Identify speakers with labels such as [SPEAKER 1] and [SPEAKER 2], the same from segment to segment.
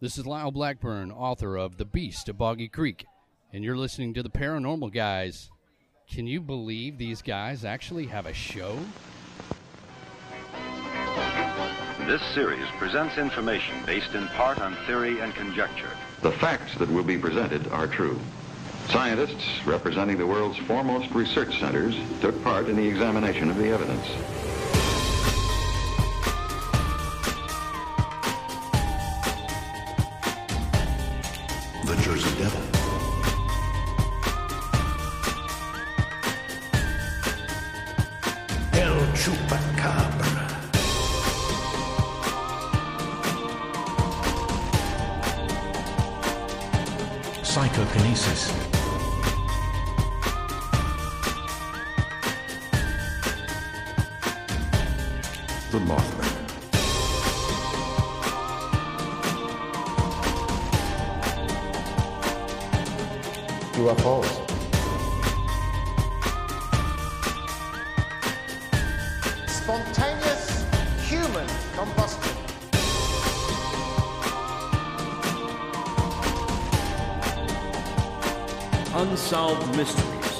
[SPEAKER 1] This is Lyle Blackburn, author of The Beast of Boggy Creek, and you're listening to The Paranormal Guys. Can you believe these guys actually have a show?
[SPEAKER 2] This series presents information based in part on theory and conjecture.
[SPEAKER 3] The facts that will be presented are true. Scientists representing the world's foremost research centers took part in the examination of the evidence.
[SPEAKER 4] The Jersey Devil. El Chupacabra. Psychokinesis. The Mothman.
[SPEAKER 5] UFOs.
[SPEAKER 6] Spontaneous human combustion.
[SPEAKER 7] Unsolved Mysteries.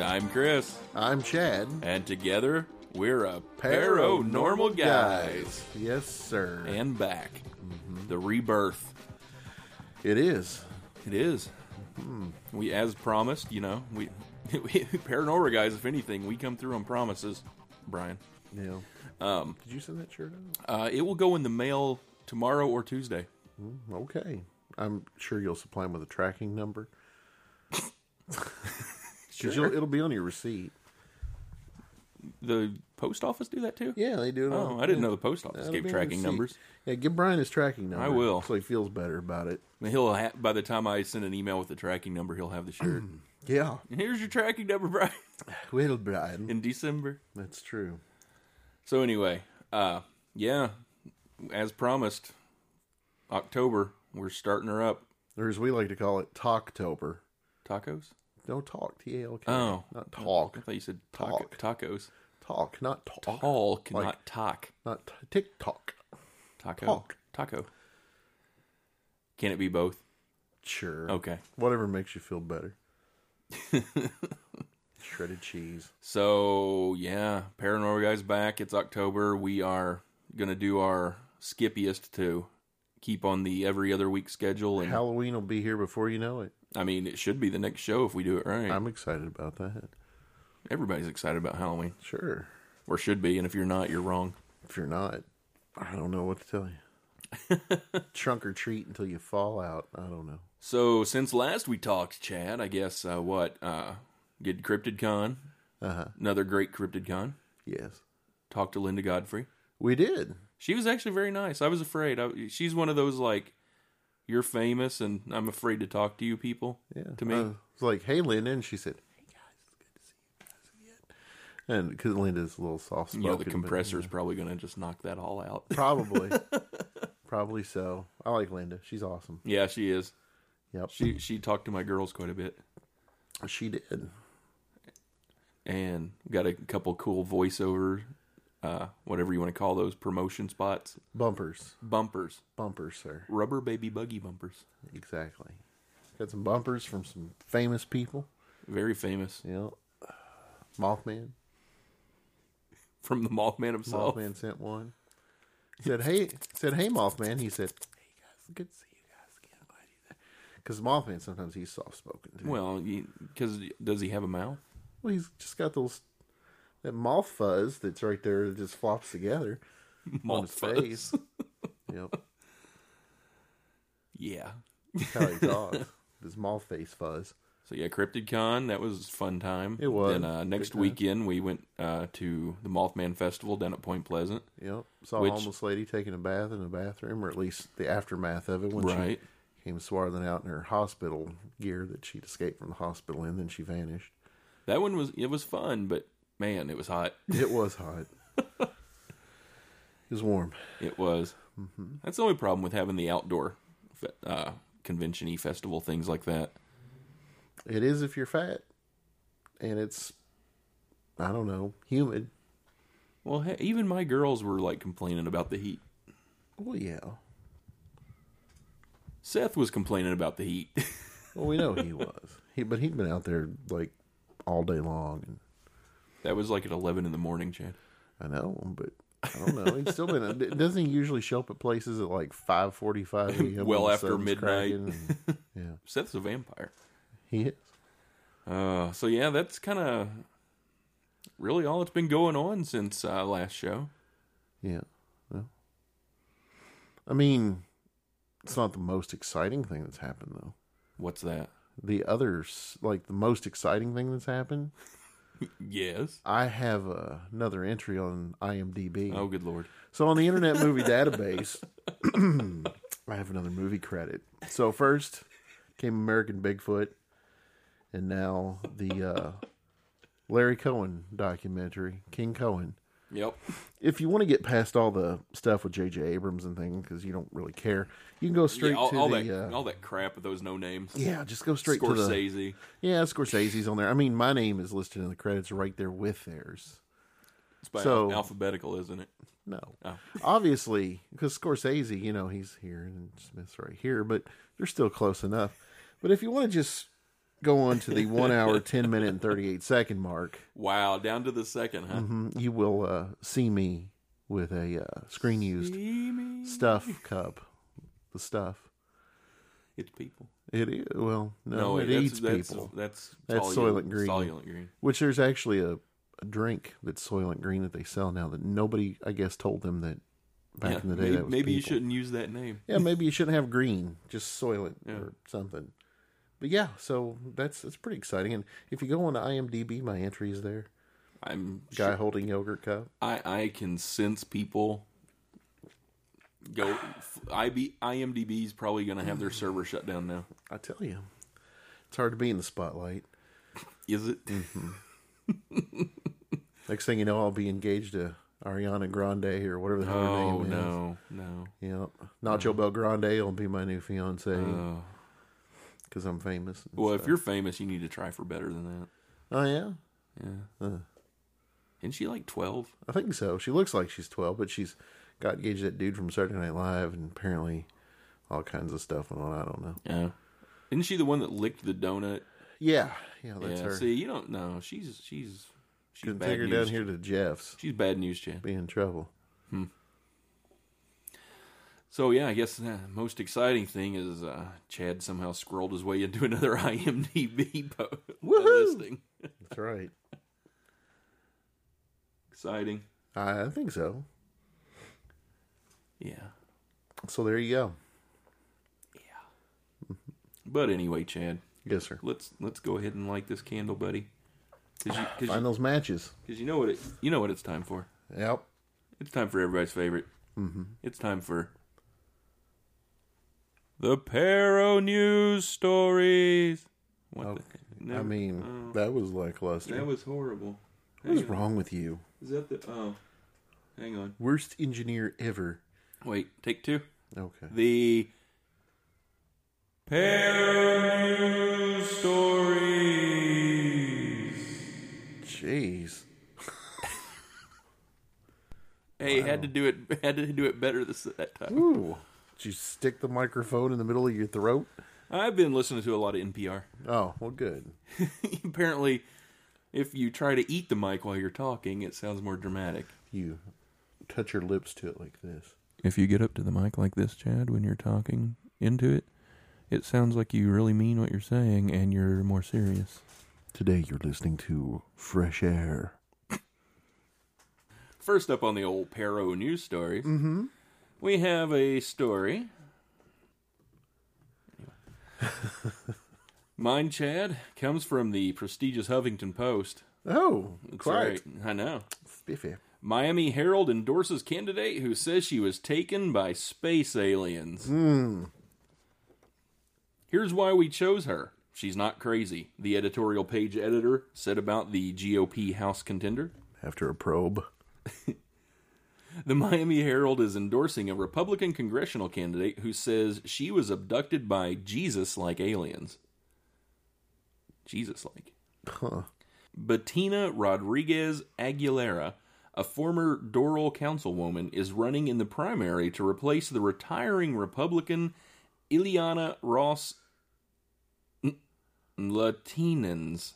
[SPEAKER 8] I'm Chris,
[SPEAKER 5] I'm Chad.
[SPEAKER 8] and together we're a
[SPEAKER 5] Paranormal
[SPEAKER 8] paranormal guys, Mm-hmm.
[SPEAKER 5] Yes, sir.
[SPEAKER 8] and back. The rebirth.
[SPEAKER 5] it is.
[SPEAKER 8] It is. Hmm. We, as promised, you know, we, we paranormal guys. If anything, we come through on promises. Brian,
[SPEAKER 5] Yeah. Um, Did you send that shirt out?
[SPEAKER 8] uh, it will go in the mail tomorrow or Tuesday.
[SPEAKER 5] Okay. I'm sure you'll supply him with a tracking number. 'Cause you'll- it'll be on your receipt.
[SPEAKER 8] The post office do that too.
[SPEAKER 5] Yeah, they do it
[SPEAKER 8] Oh, I
[SPEAKER 5] on-
[SPEAKER 8] didn't
[SPEAKER 5] yeah.
[SPEAKER 8] know the post office
[SPEAKER 5] That'll
[SPEAKER 8] gave
[SPEAKER 5] be on
[SPEAKER 8] tracking
[SPEAKER 5] receipt.
[SPEAKER 8] numbers.
[SPEAKER 5] Yeah, give Brian his tracking number.
[SPEAKER 8] I will.
[SPEAKER 5] So he feels better about it.
[SPEAKER 8] He'll ha- by the time I send an email with the tracking number, he'll have the shirt.
[SPEAKER 5] Mm. Yeah.
[SPEAKER 8] Here's your tracking number, Brian.
[SPEAKER 5] Well, Brian.
[SPEAKER 8] In December.
[SPEAKER 5] That's true.
[SPEAKER 8] So anyway, uh yeah, as promised, October we're starting her up.
[SPEAKER 5] Or as we like to call it, Talktober.
[SPEAKER 8] Tacos?
[SPEAKER 5] No talk, T A L K.
[SPEAKER 8] Oh.
[SPEAKER 5] Not talk.
[SPEAKER 8] I thought you said taco- tacos.
[SPEAKER 5] Talk, not talk.
[SPEAKER 8] Talk,
[SPEAKER 5] Like-
[SPEAKER 8] not talk.
[SPEAKER 5] Not t- TikTok.
[SPEAKER 8] Taco.
[SPEAKER 5] talk.
[SPEAKER 8] Taco. Can it be both?
[SPEAKER 5] Sure.
[SPEAKER 8] Okay.
[SPEAKER 5] Whatever makes you feel better. Shredded cheese.
[SPEAKER 8] So yeah, Paranormal Guys back. It's October. We are gonna do our skippiest to keep on the every other week schedule and
[SPEAKER 5] Halloween will be here before you know it.
[SPEAKER 8] I mean it should be the next show if we do it right.
[SPEAKER 5] I'm excited about that.
[SPEAKER 8] Everybody's excited about Halloween.
[SPEAKER 5] Sure.
[SPEAKER 8] Or should be, and if you're not, you're wrong.
[SPEAKER 5] If you're not, I don't know what to tell you. Trunk or treat until you fall out. I don't know.
[SPEAKER 8] So since last we talked, Chad, I guess uh, what uh, did CryptidCon, uh another great CryptidCon,
[SPEAKER 5] Yes.
[SPEAKER 8] talked to Linda Godfrey.
[SPEAKER 5] We did.
[SPEAKER 8] She was actually very nice. I was afraid. I, she's one of those like, you're famous and I'm afraid to talk to you people.
[SPEAKER 5] Yeah.
[SPEAKER 8] To me,
[SPEAKER 5] I was like, hey, Linda. And she said, hey, guys, it's good to see you guys again. And because Linda's a little soft
[SPEAKER 8] you
[SPEAKER 5] spoken.
[SPEAKER 8] know, the compressor's probably going to just knock that all out.
[SPEAKER 5] Probably. Probably so. I like Linda. She's awesome.
[SPEAKER 8] yeah, she is.
[SPEAKER 5] Yep. She,
[SPEAKER 8] She she talked to my girls quite a bit
[SPEAKER 5] she did.
[SPEAKER 8] and got a couple cool voiceover, uh, whatever you want to call those promotion spots,
[SPEAKER 5] Bumpers.
[SPEAKER 8] bumpers,
[SPEAKER 5] Bumpers, sir.
[SPEAKER 8] rubber baby buggy bumpers.
[SPEAKER 5] Exactly. Got some bumpers from some famous people.
[SPEAKER 8] Very famous
[SPEAKER 5] Yeah. Mothman.
[SPEAKER 8] from the Mothman himself.
[SPEAKER 5] Mothman sent one. Said, hey, said, hey, Mothman. He said, hey, guys, good to see you guys again. Glad you Because Mothman, sometimes he's soft spoken. too.
[SPEAKER 8] Well, because does he have a mouth?
[SPEAKER 5] Well, he's just got those, that moth fuzz that's right there that just flops together on his
[SPEAKER 8] Moth
[SPEAKER 5] face.
[SPEAKER 8] fuzz.
[SPEAKER 5] yep.
[SPEAKER 8] Yeah.
[SPEAKER 5] That's how he talks. His moth face fuzz.
[SPEAKER 8] So yeah, CryptidCon that was a fun time.
[SPEAKER 5] It was.
[SPEAKER 8] Then uh, next weekend we went uh, to the Mothman Festival down at Point Pleasant.
[SPEAKER 5] Yep. Saw
[SPEAKER 8] Which-
[SPEAKER 5] a homeless lady taking a bath in a bathroom, or at least the aftermath of it when
[SPEAKER 8] Right.
[SPEAKER 5] she came swathing out in her hospital gear that she'd escaped from the hospital in, then she vanished.
[SPEAKER 8] That one was it was fun, but man, it was hot.
[SPEAKER 5] It was hot. it was warm.
[SPEAKER 8] It was.
[SPEAKER 5] Mm-hmm.
[SPEAKER 8] That's the only problem with having the outdoor fe- uh, convention-y festival things like that.
[SPEAKER 5] It is if you're fat, and it's I don't know humid.
[SPEAKER 8] Well, he- even my girls were like complaining about the heat.
[SPEAKER 5] Well, yeah.
[SPEAKER 8] Seth was complaining about the heat.
[SPEAKER 5] Well, we know he was. He but he'd been out there like all day long, and
[SPEAKER 8] that was like at eleven in the morning, Chad.
[SPEAKER 5] I know, but. I don't know. He's still been. d- Doesn't he usually show up at places at like five forty-five a.m.
[SPEAKER 8] Well
[SPEAKER 5] when the
[SPEAKER 8] after
[SPEAKER 5] sun's
[SPEAKER 8] midnight.
[SPEAKER 5] cracking and- yeah,
[SPEAKER 8] Seth's a vampire.
[SPEAKER 5] he is.
[SPEAKER 8] Uh, so yeah, that's kind of really all that's been going on since uh, last show.
[SPEAKER 5] Yeah. Well, I mean, it's not the most exciting thing that's happened, though.
[SPEAKER 8] What's that?
[SPEAKER 5] The others, like the most exciting thing that's happened,
[SPEAKER 8] Yes.
[SPEAKER 5] I have uh, another entry on IMDb.
[SPEAKER 8] Oh, good lord.
[SPEAKER 5] So on the Internet Movie Database, I have another movie credit. So first came American Bigfoot, and now the uh, Larry Cohen documentary, King Cohen.
[SPEAKER 8] Yep.
[SPEAKER 5] if you want to get past all the stuff with J.J. Abrams and things because you don't really care, you can go straight
[SPEAKER 8] Yeah, all,
[SPEAKER 5] to
[SPEAKER 8] all
[SPEAKER 5] the
[SPEAKER 8] that
[SPEAKER 5] uh,
[SPEAKER 8] all that crap with those no names.
[SPEAKER 5] yeah, just go straight to the
[SPEAKER 8] Scorsese.
[SPEAKER 5] yeah Scorsese's on there. I mean, my name is listed in the credits right there with theirs.
[SPEAKER 8] It's by
[SPEAKER 5] So-
[SPEAKER 8] alphabetical, isn't it?
[SPEAKER 5] No,
[SPEAKER 8] Oh.
[SPEAKER 5] obviously because Scorsese, you know, he's here and Smith's right here, but they're still close enough. But if you want to just go on to the one hour, ten minute, and thirty eight second mark,
[SPEAKER 8] Wow, down to the second, huh?
[SPEAKER 5] you will uh, see me with a uh, screen used stuff cup, the stuff.
[SPEAKER 8] It's people.
[SPEAKER 5] It is well, no,
[SPEAKER 8] wait,
[SPEAKER 5] it
[SPEAKER 8] that's,
[SPEAKER 5] eats
[SPEAKER 8] that's,
[SPEAKER 5] people.
[SPEAKER 8] That's
[SPEAKER 5] That's
[SPEAKER 8] Soylent,
[SPEAKER 5] Soylent Green.
[SPEAKER 8] Soylent Green.
[SPEAKER 5] Which there's actually a, a drink that's Soylent Green that they sell now that nobody, I guess, told them that back
[SPEAKER 8] Yeah,
[SPEAKER 5] in the day.
[SPEAKER 8] maybe
[SPEAKER 5] that was
[SPEAKER 8] maybe you
[SPEAKER 5] people.
[SPEAKER 8] shouldn't use that name.
[SPEAKER 5] Yeah, maybe you shouldn't have green, just Soylent
[SPEAKER 8] Yeah.
[SPEAKER 5] or something. But yeah, so that's that's pretty exciting. And if you go on to IMDb, my entry is there.
[SPEAKER 8] I'm
[SPEAKER 5] Guy holding yogurt cup.
[SPEAKER 8] I I can sense people go. IB, IMDb is probably going to have their server shut down now.
[SPEAKER 5] I tell you, it's hard to be in the spotlight.
[SPEAKER 8] Is it?
[SPEAKER 5] Mm, Next thing you know, I'll be engaged to Ariana Grande or whatever the hell her
[SPEAKER 8] Oh
[SPEAKER 5] name is.
[SPEAKER 8] no, Uh-huh. no.
[SPEAKER 5] Yeah, Nacho Belgrande will be my new fiance because I'm famous. and
[SPEAKER 8] Uh. Well, if
[SPEAKER 5] stuff.
[SPEAKER 8] you're famous, you need to try for better than that.
[SPEAKER 5] oh yeah,
[SPEAKER 8] Isn't she like twelve?
[SPEAKER 5] I think so. She looks like she's 12, but she's got engaged to that dude from Saturday Night Live, and apparently all kinds of stuff went on. I don't know.
[SPEAKER 8] Yeah. Isn't she the one that licked the donut?
[SPEAKER 5] Yeah, yeah, Oh, that's
[SPEAKER 8] yeah.
[SPEAKER 5] her.
[SPEAKER 8] See, you don't know. She's she's she's
[SPEAKER 5] Couldn't
[SPEAKER 8] bad
[SPEAKER 5] take her
[SPEAKER 8] news.
[SPEAKER 5] down here to Jeff's,
[SPEAKER 8] She's bad news, Chad.
[SPEAKER 5] be in trouble.
[SPEAKER 8] So yeah, I guess the most exciting thing is uh, Chad somehow scrolled his way into another IMDb po- uh, listing.
[SPEAKER 5] That's right.
[SPEAKER 8] Exciting.
[SPEAKER 5] I I think so.
[SPEAKER 8] Yeah.
[SPEAKER 5] So there you go.
[SPEAKER 8] But anyway, Chad,
[SPEAKER 5] Yes, sir.
[SPEAKER 8] let's let's go ahead and light this candle, buddy. Cause you, cause
[SPEAKER 5] Find
[SPEAKER 8] you,
[SPEAKER 5] those matches.
[SPEAKER 8] 'cause you know what it, you know what it's time for.
[SPEAKER 5] Yep.
[SPEAKER 8] It's time for everybody's favorite. Mm-hmm. It's time for the Paro News stories. What the?
[SPEAKER 5] I
[SPEAKER 8] Never-
[SPEAKER 5] mean, that was lackluster.
[SPEAKER 8] Uh, that was horrible.
[SPEAKER 5] what is wrong with you?
[SPEAKER 8] Is that the? Oh, hang on.
[SPEAKER 5] Worst engineer ever.
[SPEAKER 8] Wait, take two.
[SPEAKER 5] Okay.
[SPEAKER 8] the Peru stories.
[SPEAKER 5] Jeez.
[SPEAKER 8] Hey, had to do it. Had to do it better this that time.
[SPEAKER 5] Ooh. Did you stick the microphone in the middle of your throat?
[SPEAKER 8] I've been listening to a lot of NPR.
[SPEAKER 5] Oh, well, good.
[SPEAKER 8] Apparently, if you try to eat the mic while you're talking, it sounds more dramatic.
[SPEAKER 5] You touch your lips to it like this.
[SPEAKER 8] If you get up to the mic like this, Chad, when you're talking into it, it sounds like you really mean what you're saying and you're more serious.
[SPEAKER 5] Today you're listening to Fresh Air.
[SPEAKER 8] First up on the old Paro news stories, mm-hmm. we have a story. Mine, Chad, comes from the prestigious Huffington Post.
[SPEAKER 5] Oh,
[SPEAKER 8] That's
[SPEAKER 5] quite
[SPEAKER 8] right. I know.
[SPEAKER 5] spiffy.
[SPEAKER 8] Miami Herald endorses candidate who says she was taken by space aliens. Here's why we chose her. She's not crazy, the editorial page editor said about the GOP House contender.
[SPEAKER 5] After a probe.
[SPEAKER 8] The Miami Herald is endorsing a Republican congressional candidate who says she was abducted by Jesus like aliens. Jesus, like.
[SPEAKER 5] Huh.
[SPEAKER 8] Bettina Rodriguez Aguilera, a former Doral councilwoman, is running in the primary to replace the retiring Republican Ileana Ross N- Latinans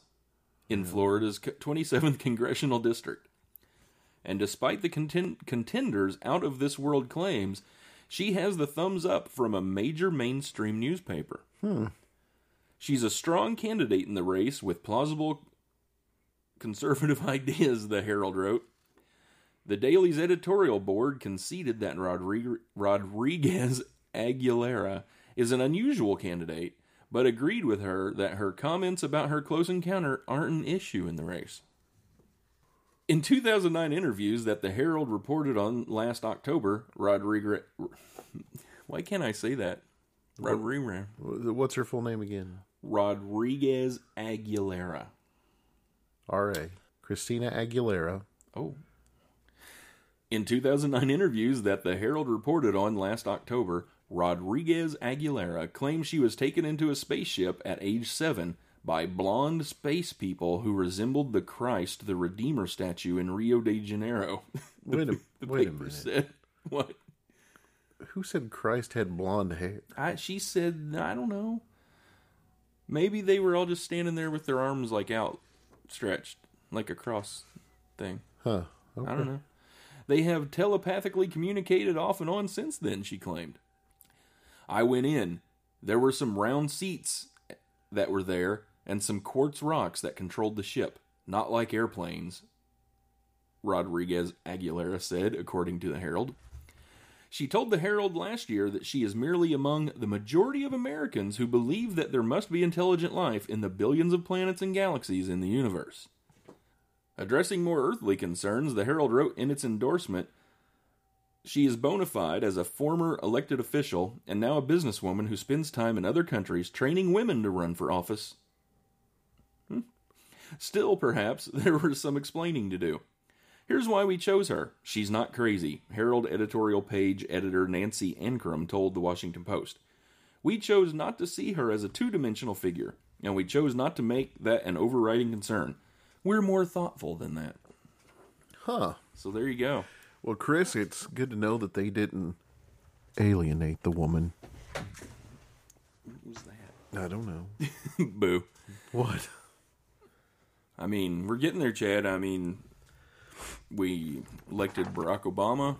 [SPEAKER 8] in Florida's co- 27th congressional district. And despite the conten- contenders' out of this world claims, she has the thumbs up from a major mainstream newspaper. She's a strong candidate in the race with plausible conservative ideas, the Herald wrote. The Daily's editorial board conceded that Rodri- Rodriguez Aguilera is an unusual candidate, but agreed with her that her comments about her close encounter aren't an issue in the race. In 2009 interviews that the Herald reported on last October, Rodriguez. Why can't I say that? Rodriguez.
[SPEAKER 5] Wh- What's her full name again?
[SPEAKER 8] Rodriguez Aguilera.
[SPEAKER 5] R.A. Christina Aguilera.
[SPEAKER 8] Oh. In 2009 interviews that the Herald reported on last October, Rodriguez Aguilera claimed she was taken into a spaceship at age seven by blonde space people who resembled the Christ the Redeemer statue in Rio de Janeiro.
[SPEAKER 5] Wait a,
[SPEAKER 8] The
[SPEAKER 5] wait a
[SPEAKER 8] paper
[SPEAKER 5] minute.
[SPEAKER 8] said, what?
[SPEAKER 5] Who said Christ had blonde hair?
[SPEAKER 8] I, she said, I don't know. Maybe they were all just standing there with their arms like outstretched, like a cross thing.
[SPEAKER 5] Huh.
[SPEAKER 8] I don't know. They have telepathically communicated off and on since then, she claimed. I went in. There were some round seats that were there and some quartz rocks that controlled the ship, not like airplanes, Rodriguez Aguilera said, according to the Herald. She told the Herald last year that she is merely among the majority of Americans who believe that there must be intelligent life in the billions of planets and galaxies in the universe. Addressing more earthly concerns, the Herald wrote in its endorsement She is bona fide as a former elected official and now a businesswoman who spends time in other countries training women to run for office. Hmm. Still, perhaps, there was some explaining to do. Here's why we chose her. She's not crazy, Herald editorial page editor Nancy Ankrum told the Washington Post. We chose not to see her as a two dimensional figure, and we chose not to make that an overriding concern. We're more thoughtful than that.
[SPEAKER 5] Huh.
[SPEAKER 8] So there you go.
[SPEAKER 5] Well, Chris, it's good to know that they didn't alienate the woman.
[SPEAKER 8] What was that?
[SPEAKER 5] I don't know.
[SPEAKER 8] Boo.
[SPEAKER 5] what?
[SPEAKER 8] I mean, we're getting there, Chad. I mean, we elected Barack Obama.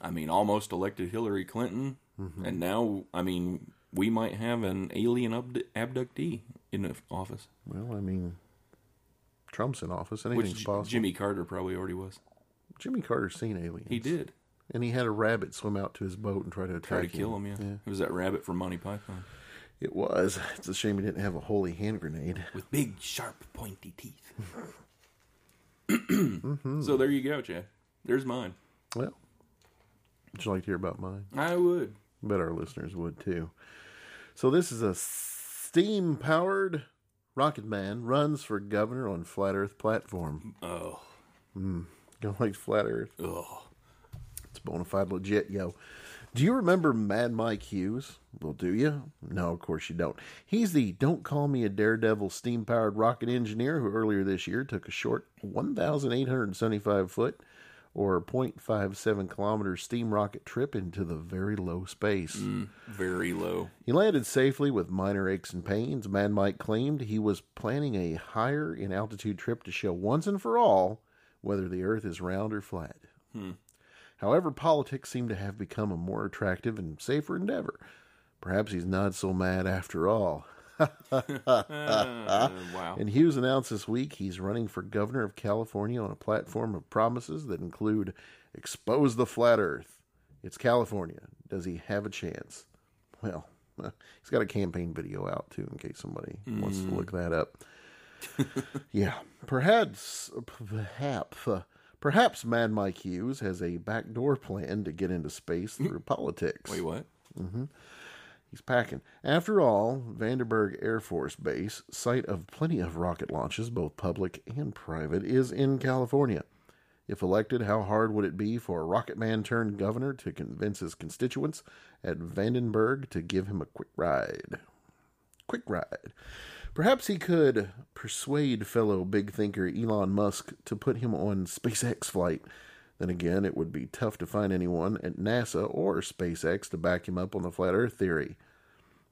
[SPEAKER 8] I mean, almost elected Hillary Clinton. And now, I mean, we might have an alien abd- abductee in the office,
[SPEAKER 5] Well, I mean, Trump's in office. Anything's
[SPEAKER 8] which
[SPEAKER 5] possible.
[SPEAKER 8] Jimmy Carter probably already was.
[SPEAKER 5] Jimmy Carter's seen aliens.
[SPEAKER 8] He did.
[SPEAKER 5] And he had a rabbit swim out to his boat and try to attack
[SPEAKER 8] Tried to kill him, yeah. It was that rabbit from Monty Python
[SPEAKER 5] It was. It's a shame he didn't have a holy hand grenade.
[SPEAKER 8] with big, sharp, pointy teeth. So there you go, Chad. There's mine.
[SPEAKER 5] Well, would you like to hear about mine?
[SPEAKER 8] I would.
[SPEAKER 5] I bet our listeners would too. So this is a steam powered rocket man runs for governor on flat Earth platform.
[SPEAKER 8] Oh.
[SPEAKER 5] Don't like flat Earth.
[SPEAKER 8] Ugh.
[SPEAKER 5] It's bona fide legit, yo. Do you remember Mad Mike Hughes? Well, do you? No, of course you don't. He's the don't call me a daredevil steam powered rocket engineer who earlier this year took a short 1,875 foot or 0.57 kilometer steam rocket trip into the very low space.
[SPEAKER 8] Very low.
[SPEAKER 5] He landed safely with minor aches and pains. Mad Mike claimed he was planning a higher in altitude trip to show once and for all whether the Earth is round or flat. However, politics seem to have become a more attractive and safer endeavor. Perhaps he's not so mad after all.
[SPEAKER 8] Uh, wow.
[SPEAKER 5] And Hughes announced this week he's running for governor of California on a platform of promises that include expose the flat earth. It's California. Does he have a chance? Well, he's got a campaign video out too in case somebody wants to look that up. yeah, perhaps perhaps uh, perhaps Mad Mike Hughes has a backdoor plan to get into space through politics.
[SPEAKER 8] Wait, what?
[SPEAKER 5] He's packing. After all, Vandenberg Air Force Base, site of plenty of rocket launches, both public and private, is in California. If elected, how hard would it be for a rocket man turned governor to convince his constituents at Vandenberg to give him a quick ride? Quick ride. Perhaps he could persuade fellow big thinker Elon Musk to put him on SpaceX flight. Then again, it would be tough to find anyone at NASA or SpaceX to back him up on the flat Earth theory.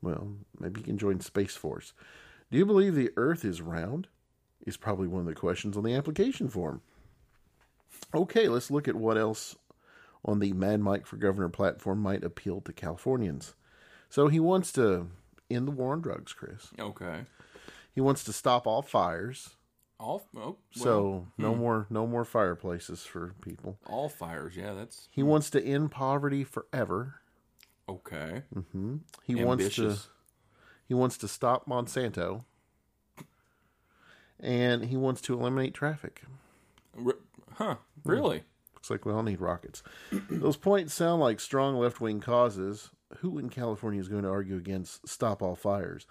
[SPEAKER 5] Well, maybe he can join Space Force. Do you believe the Earth is round? Is probably one of the questions on the application form. Okay, let's look at what else on the Mad Mike for Governor platform might appeal to Californians. So he wants to end the war on drugs, Chris.
[SPEAKER 8] Okay.
[SPEAKER 5] He wants to stop all fires.
[SPEAKER 8] All oh, well,
[SPEAKER 5] so no more no more fireplaces for people.
[SPEAKER 8] all fires. Yeah, that's
[SPEAKER 5] He wants to end poverty forever.
[SPEAKER 8] okay.
[SPEAKER 5] He wants
[SPEAKER 8] Ambitious.
[SPEAKER 5] to he wants to stop Monsanto. And he wants to eliminate traffic.
[SPEAKER 8] Re- huh? Really?
[SPEAKER 5] Looks like we all need rockets. Those points sound like strong left wing causes. Who in California is going to argue against stop all fires?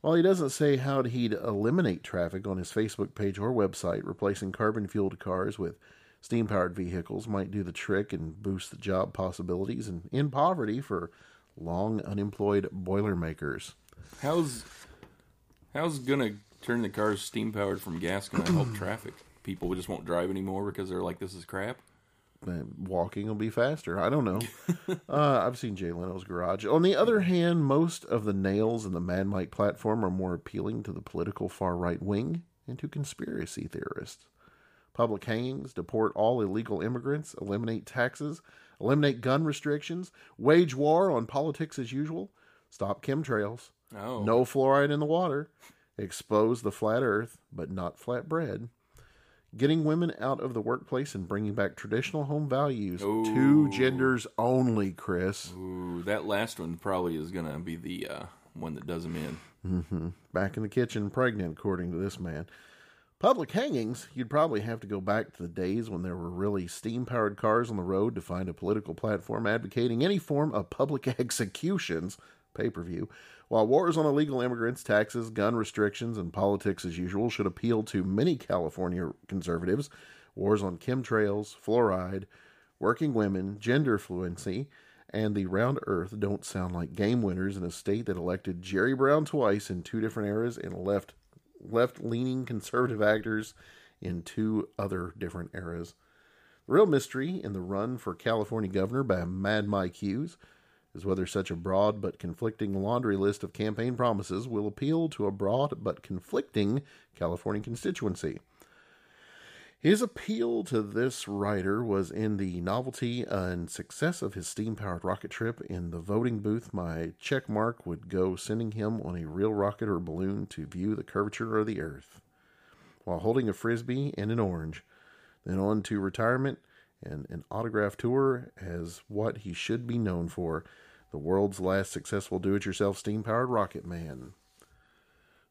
[SPEAKER 5] While he doesn't say how he'd eliminate traffic on his Facebook page or website, replacing carbon fueled cars with steam powered vehicles might do the trick and boost the job possibilities and end poverty for long unemployed boilermakers.
[SPEAKER 8] How's how's gonna turn the cars steam powered from gas gonna help traffic? People just won't drive anymore because they're like, this is crap.
[SPEAKER 5] that walking will be faster. I don't know. uh, I've seen Jay Leno's garage. On the other hand, most of the nails in the Mad Mike platform are more appealing to the political far right wing and to conspiracy theorists. Public hangings, deport all illegal immigrants, eliminate taxes, eliminate gun restrictions, wage war on politics as usual, stop chemtrails,
[SPEAKER 8] Oh
[SPEAKER 5] no fluoride in the water, expose the flat earth, but not flat bread. Getting women out of the workplace and bringing back traditional home values
[SPEAKER 8] Ooh.
[SPEAKER 5] two genders only, Chris.
[SPEAKER 8] Ooh, that last one probably is gonna be the uh, one that does them in.
[SPEAKER 5] Back in the kitchen, pregnant, according to this man. Public hangings, you'd probably have to go back to the days when there were really steam powered cars on the road to find a political platform advocating any form of public executions, pay per view, while wars on illegal immigrants, taxes, gun restrictions, and politics as usual should appeal to many California conservatives. Wars on chemtrails, fluoride, working women, gender fluency, and the round earth don't sound like game winners in a state that elected Jerry Brown twice in two different eras and left left leaning conservative actors in two other different eras. The real mystery in the run for California governor by Mad Mike Hughes is whether such a broad but conflicting laundry list of campaign promises will appeal to a broad but conflicting California constituency. His appeal to this writer was in the novelty and success of his steam powered rocket trip. In the voting booth, my check mark would go sending him on a real rocket or balloon to view the curvature of the earth while holding a frisbee and an orange. Then on to retirement and an autograph tour as what he should be known for the world's last successful do it yourself steam powered rocket man.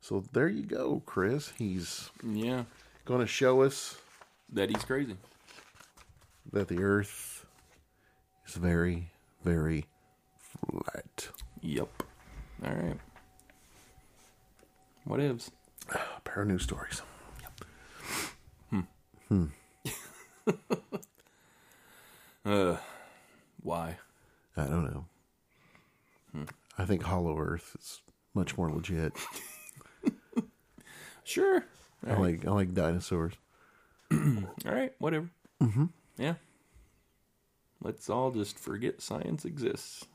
[SPEAKER 5] So there you go, Chris. He's
[SPEAKER 8] Yeah,
[SPEAKER 5] going to show us
[SPEAKER 8] that he's crazy.
[SPEAKER 5] that the earth is very, very flat.
[SPEAKER 8] Yep. All right. What ifs?
[SPEAKER 5] A pair of news stories.
[SPEAKER 8] Uh, why?
[SPEAKER 5] I don't know. Hmm. I think Hollow Earth is much more legit.
[SPEAKER 8] Sure.
[SPEAKER 5] I like I like dinosaurs.
[SPEAKER 8] All right, whatever. Mm-hmm. Yeah. Let's all just forget science exists.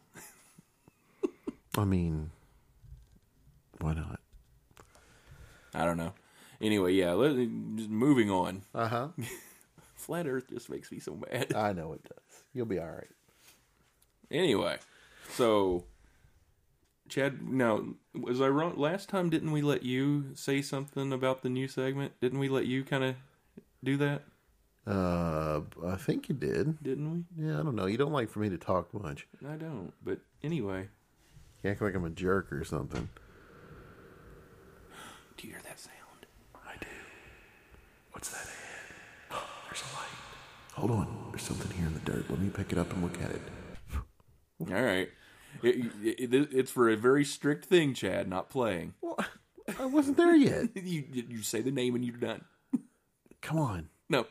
[SPEAKER 5] I mean, why not?
[SPEAKER 8] I don't know. Anyway, yeah, let, just moving on.
[SPEAKER 5] Uh huh.
[SPEAKER 8] Flat Earth just makes me so mad.
[SPEAKER 5] I know it does. You'll be all right.
[SPEAKER 8] Anyway, so Chad, now was I wrong? Last time, didn't we let you say something about the new segment? Didn't we let you kind of do that?
[SPEAKER 5] Uh, I think you did.
[SPEAKER 8] Didn't we?
[SPEAKER 5] Yeah, I don't know. You don't like for me to talk much.
[SPEAKER 8] I don't. But anyway,
[SPEAKER 5] You act like I'm a jerk or something.
[SPEAKER 8] do you hear that sound?
[SPEAKER 5] What's that ahead? There's a light. Hold on. There's something here in the dirt. Let me pick it up and look at it.
[SPEAKER 8] All right. It, it, it, it's for a very strict thing, Chad, not playing.
[SPEAKER 5] Well, I wasn't there yet.
[SPEAKER 8] You you say the name and you're done.
[SPEAKER 5] Come on.
[SPEAKER 8] No.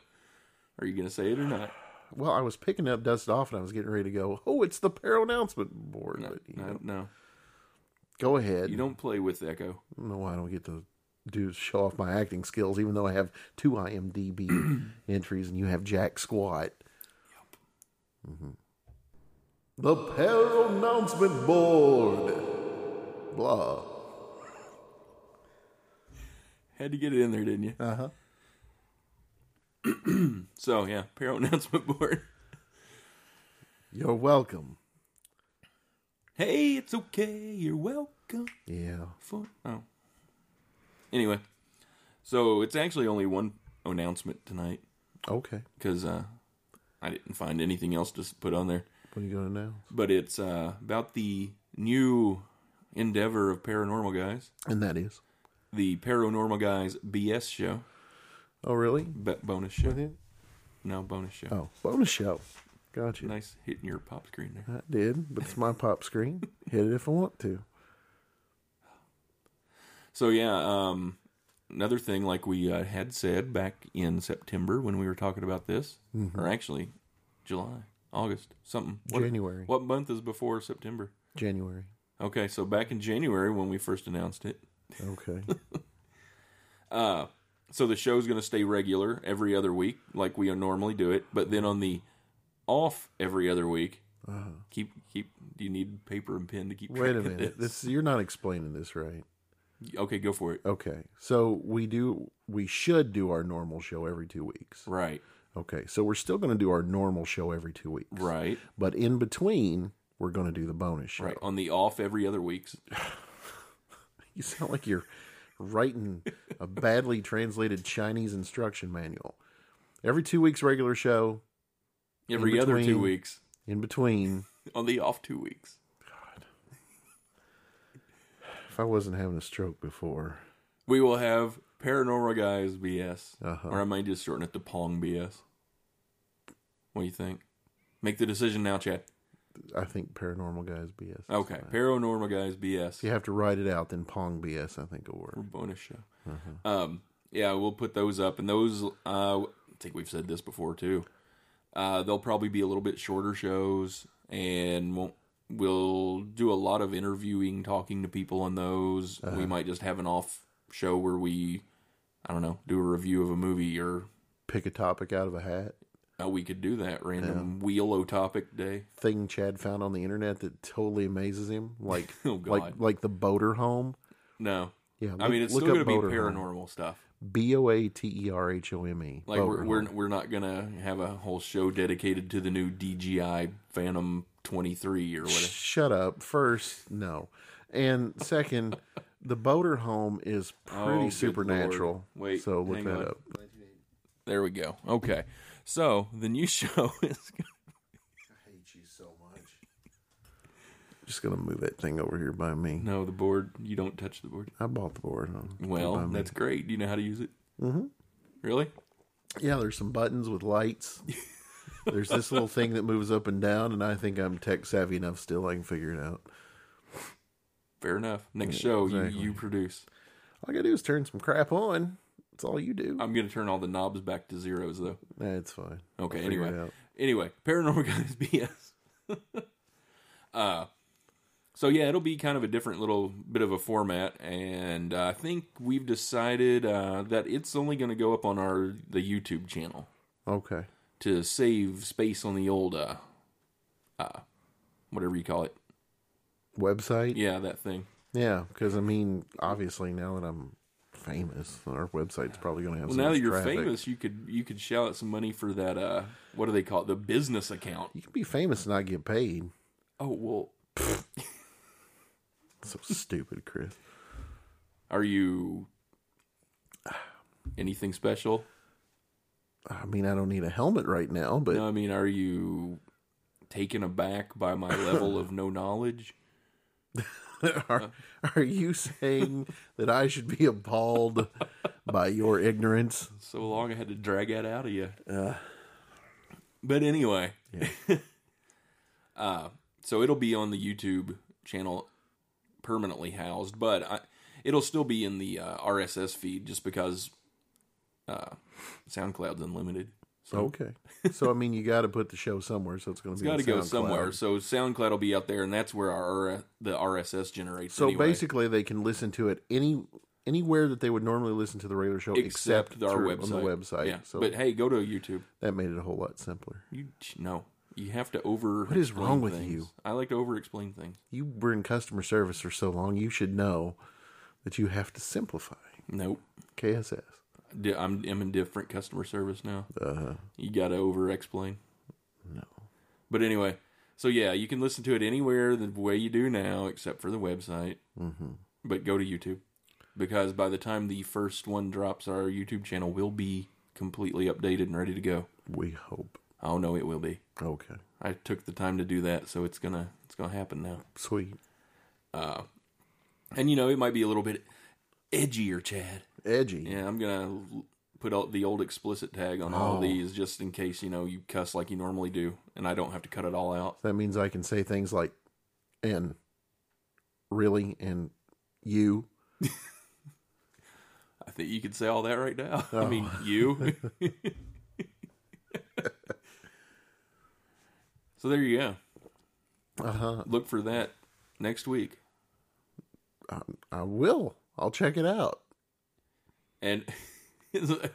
[SPEAKER 8] Are you gonna say it or not?
[SPEAKER 5] Well, I was picking up dust off and I was getting ready to go, oh, it's the peril announcement board.
[SPEAKER 8] No,
[SPEAKER 5] but, you
[SPEAKER 8] no,
[SPEAKER 5] know,
[SPEAKER 8] no.
[SPEAKER 5] Go ahead.
[SPEAKER 8] You don't play with Echo.
[SPEAKER 5] I don't know why I don't get to do show off my acting skills, even though I have two IMDb entries and you have Jack Squat. hmm The Peril Announcement Board. Blah.
[SPEAKER 8] Had to get it in there, didn't you? Uh huh. so yeah, Peril announcement board.
[SPEAKER 5] You're welcome.
[SPEAKER 8] Hey, it's okay. You're welcome.
[SPEAKER 5] Yeah.
[SPEAKER 8] For oh. Anyway, so it's actually only one announcement tonight
[SPEAKER 5] Okay.
[SPEAKER 8] because uh, I didn't find anything else to s- put on there.
[SPEAKER 5] What are you going to announce?
[SPEAKER 8] But it's uh, about the new endeavor of paranormal guys,
[SPEAKER 5] And that is.
[SPEAKER 8] the paranormal guys BS show,
[SPEAKER 5] Oh, really?
[SPEAKER 8] b- bonus show.
[SPEAKER 5] Mhm.
[SPEAKER 8] No bonus show.
[SPEAKER 5] Oh, bonus show. Gotcha.
[SPEAKER 8] Nice hitting your pop screen there.
[SPEAKER 5] I did, but it's my pop screen. Hit it if I want to.
[SPEAKER 8] So yeah, um, another thing like we uh, had said back in September when we were talking about this,
[SPEAKER 5] Mm-hmm.
[SPEAKER 8] or actually July, August, something. What-
[SPEAKER 5] January.
[SPEAKER 8] What month is before September?
[SPEAKER 5] January.
[SPEAKER 8] Okay, so back in January when we first announced it.
[SPEAKER 5] Okay.
[SPEAKER 8] So the show's going to stay regular every other week, like we normally do it. But then on the off every other week, keep keep. Do you need paper and pen to keep?
[SPEAKER 5] Uh-huh. Wait
[SPEAKER 8] track
[SPEAKER 5] a
[SPEAKER 8] of
[SPEAKER 5] minute.
[SPEAKER 8] This?
[SPEAKER 5] This you're not explaining this right.
[SPEAKER 8] Okay, go for it.
[SPEAKER 5] Okay. So we do we should do our normal show every 2 weeks.
[SPEAKER 8] Right,
[SPEAKER 5] Okay. So we're still going to do our normal show every 2 weeks.
[SPEAKER 8] right,
[SPEAKER 5] But in between, we're going to do the bonus show.
[SPEAKER 8] right. On the off every other weeks.
[SPEAKER 5] You sound like you're writing a badly translated Chinese instruction manual. Every 2 weeks regular show,
[SPEAKER 8] Every other two
[SPEAKER 5] between.
[SPEAKER 8] weeks.
[SPEAKER 5] in between
[SPEAKER 8] on the off two weeks.
[SPEAKER 5] if I wasn't having a stroke before.
[SPEAKER 8] We will have Paranormal Guys BS,
[SPEAKER 5] Uh-huh.
[SPEAKER 8] or I might just shorten it to Pong BS. What do you think? Make the decision now, Chad.
[SPEAKER 5] I think paranormal guys BS. is
[SPEAKER 8] Okay,
[SPEAKER 5] fine.
[SPEAKER 8] Paranormal Guys BS.
[SPEAKER 5] If you have to write it out, then Pong BS I think will work.
[SPEAKER 8] Or bonus show.
[SPEAKER 5] Mm-hmm.
[SPEAKER 8] Um, yeah, we'll put those up, and those uh, I think we've said this before too. Uh, they'll probably be a little bit shorter shows, and won't, we'll do a lot of interviewing, talking to people on those.
[SPEAKER 5] Uh-huh.
[SPEAKER 8] We might just have an off show where we, I don't know, do a review of a movie or
[SPEAKER 5] Pick a topic out of a hat.
[SPEAKER 8] Oh, we could do that random wheel o topic day.
[SPEAKER 5] Thing Chad found on the internet that totally amazes him, like
[SPEAKER 8] Oh,
[SPEAKER 5] like
[SPEAKER 8] God.
[SPEAKER 5] like the Boater home.
[SPEAKER 8] No,
[SPEAKER 5] Yeah,
[SPEAKER 8] I
[SPEAKER 5] look-
[SPEAKER 8] mean it's
[SPEAKER 5] look
[SPEAKER 8] still going to
[SPEAKER 5] up
[SPEAKER 8] be
[SPEAKER 5] Boater
[SPEAKER 8] paranormal stuff.
[SPEAKER 5] B O A T E R H O M E.
[SPEAKER 8] Like we're, we're we're not going to have a whole show dedicated to the new DJI Phantom 23 or whatever.
[SPEAKER 5] shut up. First, no, and second, the Boater home is
[SPEAKER 8] Oh,
[SPEAKER 5] pretty
[SPEAKER 8] good
[SPEAKER 5] supernatural.
[SPEAKER 8] Lord. Wait,
[SPEAKER 5] so look
[SPEAKER 8] hang
[SPEAKER 5] that
[SPEAKER 8] on.
[SPEAKER 5] up.
[SPEAKER 8] There we go. Okay, so the new show is
[SPEAKER 5] Just gonna move that thing over here by me.
[SPEAKER 8] no the board. You don't touch the board.
[SPEAKER 5] I bought the board home.
[SPEAKER 8] Well, that's great. Do you know how to use it? Mm-hmm. Really?
[SPEAKER 5] Yeah, there's some buttons with lights. there's this little thing that moves up and down, and I think I'm tech savvy enough still. I can figure it out.
[SPEAKER 8] Fair enough. Next show
[SPEAKER 5] exactly.
[SPEAKER 8] you you produce.
[SPEAKER 5] All I gotta do is turn some crap on. That's all you do.
[SPEAKER 8] I'm going to turn all the knobs back to zeros though.
[SPEAKER 5] That's fine.
[SPEAKER 8] Okay.
[SPEAKER 5] I'll figure it
[SPEAKER 8] Anyway,
[SPEAKER 5] out.
[SPEAKER 8] anyway, paranormal guys BS. uh, so yeah, it'll be kind of a different little bit of a format, and uh, I think we've decided uh, that it's only going to go up on our the YouTube channel
[SPEAKER 5] Okay.
[SPEAKER 8] to save space on the old uh, uh, whatever you call it.
[SPEAKER 5] Website.
[SPEAKER 8] Yeah, that thing.
[SPEAKER 5] Yeah, because I mean, obviously, now that I'm famous, our website's probably gonna have.
[SPEAKER 8] Well,
[SPEAKER 5] so
[SPEAKER 8] now
[SPEAKER 5] much
[SPEAKER 8] that you're
[SPEAKER 5] traffic.
[SPEAKER 8] famous, you could you could shell out some money for that. Uh, what do they call it? The business account.
[SPEAKER 5] you can be famous and not get paid.
[SPEAKER 8] Oh well,
[SPEAKER 5] So stupid, Chris.
[SPEAKER 8] are you anything special?
[SPEAKER 5] I mean, I don't need a helmet right now, but
[SPEAKER 8] No, I mean, are you taken aback by my level of no knowledge?
[SPEAKER 5] are, are you saying that I should be appalled by your ignorance?
[SPEAKER 8] So long, I had to drag that out of you.
[SPEAKER 5] Uh.
[SPEAKER 8] but anyway, uh, so it'll be on the YouTube channel permanently housed, but I, it'll still be in the uh, RSS feed just because uh, SoundCloud's unlimited. So
[SPEAKER 5] Okay. so I mean, you got to put the show somewhere, so it's going to
[SPEAKER 8] it's
[SPEAKER 5] be on
[SPEAKER 8] got to go
[SPEAKER 5] SoundCloud.
[SPEAKER 8] somewhere. So SoundCloud will be out there, and that's where our R- the RSS generates.
[SPEAKER 5] So
[SPEAKER 8] anyway,
[SPEAKER 5] basically, they can listen to it any anywhere that they would normally listen to the regular show, except,
[SPEAKER 8] except, our
[SPEAKER 5] through-
[SPEAKER 8] website.
[SPEAKER 5] on the website.
[SPEAKER 8] Yeah.
[SPEAKER 5] So
[SPEAKER 8] But hey, go to YouTube.
[SPEAKER 5] that made it a whole lot simpler.
[SPEAKER 8] You no, you have to over.
[SPEAKER 5] What is wrong with
[SPEAKER 8] things.
[SPEAKER 5] you?
[SPEAKER 8] I like to over explain things.
[SPEAKER 5] You were in customer service for so long, you should know that you have to simplify.
[SPEAKER 8] Nope.
[SPEAKER 5] KSS.
[SPEAKER 8] Di- I'm, I'm in different customer service now. You got to over explain.
[SPEAKER 5] Uh-huh. No.
[SPEAKER 8] But anyway, so yeah, you can listen to it anywhere the way you do now, except for the website. Mm-hmm. But go to YouTube because by the time the first one drops, our YouTube channel will be completely updated and ready to go.
[SPEAKER 5] We hope.
[SPEAKER 8] Oh no, it will be.
[SPEAKER 5] Okay.
[SPEAKER 8] I took the time to do that, so it's gonna it's gonna happen now.
[SPEAKER 5] Sweet.
[SPEAKER 8] And you know, it might be a little bit edgier, Chad.
[SPEAKER 5] Edgy.
[SPEAKER 8] Yeah, I'm gonna l- put out the old explicit tag on all these just in case you know you cuss like you normally do, and I don't have to cut it all out.
[SPEAKER 5] That means I can say things like, and really, and you.
[SPEAKER 8] I think you could say all that right now. I mean, you. so there you go. Uh-huh. Look for that next week.
[SPEAKER 5] Um, I will. I'll check it out.
[SPEAKER 8] and it's a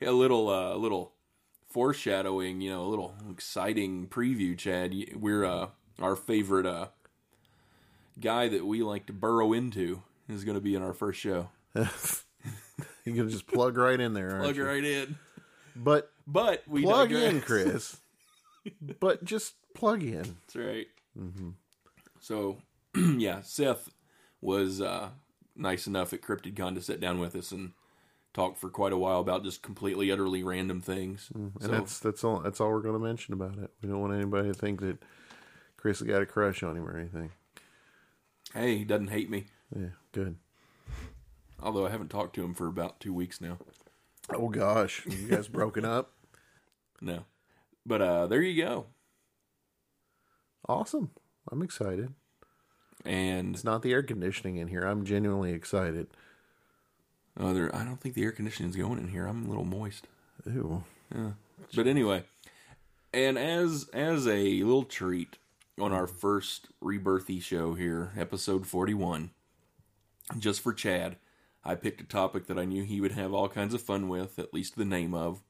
[SPEAKER 8] a little uh, a little foreshadowing, you know, a little exciting preview, Chad. You- We're uh, our favorite uh, guy that we like to burrow into is going to be in our first show.
[SPEAKER 5] You can just plug right in there. aren't
[SPEAKER 8] Plug
[SPEAKER 5] you?
[SPEAKER 8] right in,
[SPEAKER 5] But
[SPEAKER 8] but we
[SPEAKER 5] plug
[SPEAKER 8] digress.
[SPEAKER 5] in, Chris. but just plug in.
[SPEAKER 8] That's right.
[SPEAKER 5] Mm-hmm.
[SPEAKER 8] So, yeah, Seth was uh, nice enough at Cryptid Con to sit down with us and talk for quite a while about just completely, utterly random things.
[SPEAKER 5] Mm-hmm. And that's that's all that's all we're going to mention about it. We don't want anybody to think that Chris got a crush on him or anything.
[SPEAKER 8] Hey, he doesn't hate me.
[SPEAKER 5] Yeah, good.
[SPEAKER 8] Although I haven't talked to him for about two weeks now.
[SPEAKER 5] Oh gosh, you guys broken up?
[SPEAKER 8] No. But uh there you go.
[SPEAKER 5] Awesome. I'm excited.
[SPEAKER 8] And
[SPEAKER 5] It's not the air conditioning in here. I'm genuinely excited.
[SPEAKER 8] oh, there, I don't think the air conditioning's going in here. I'm a little moist.
[SPEAKER 5] Ew.
[SPEAKER 8] But anyway. And as as a little treat on our first rebirthy show here, episode forty one, just for Chad, I picked a topic that I knew he would have all kinds of fun with, at least the name of.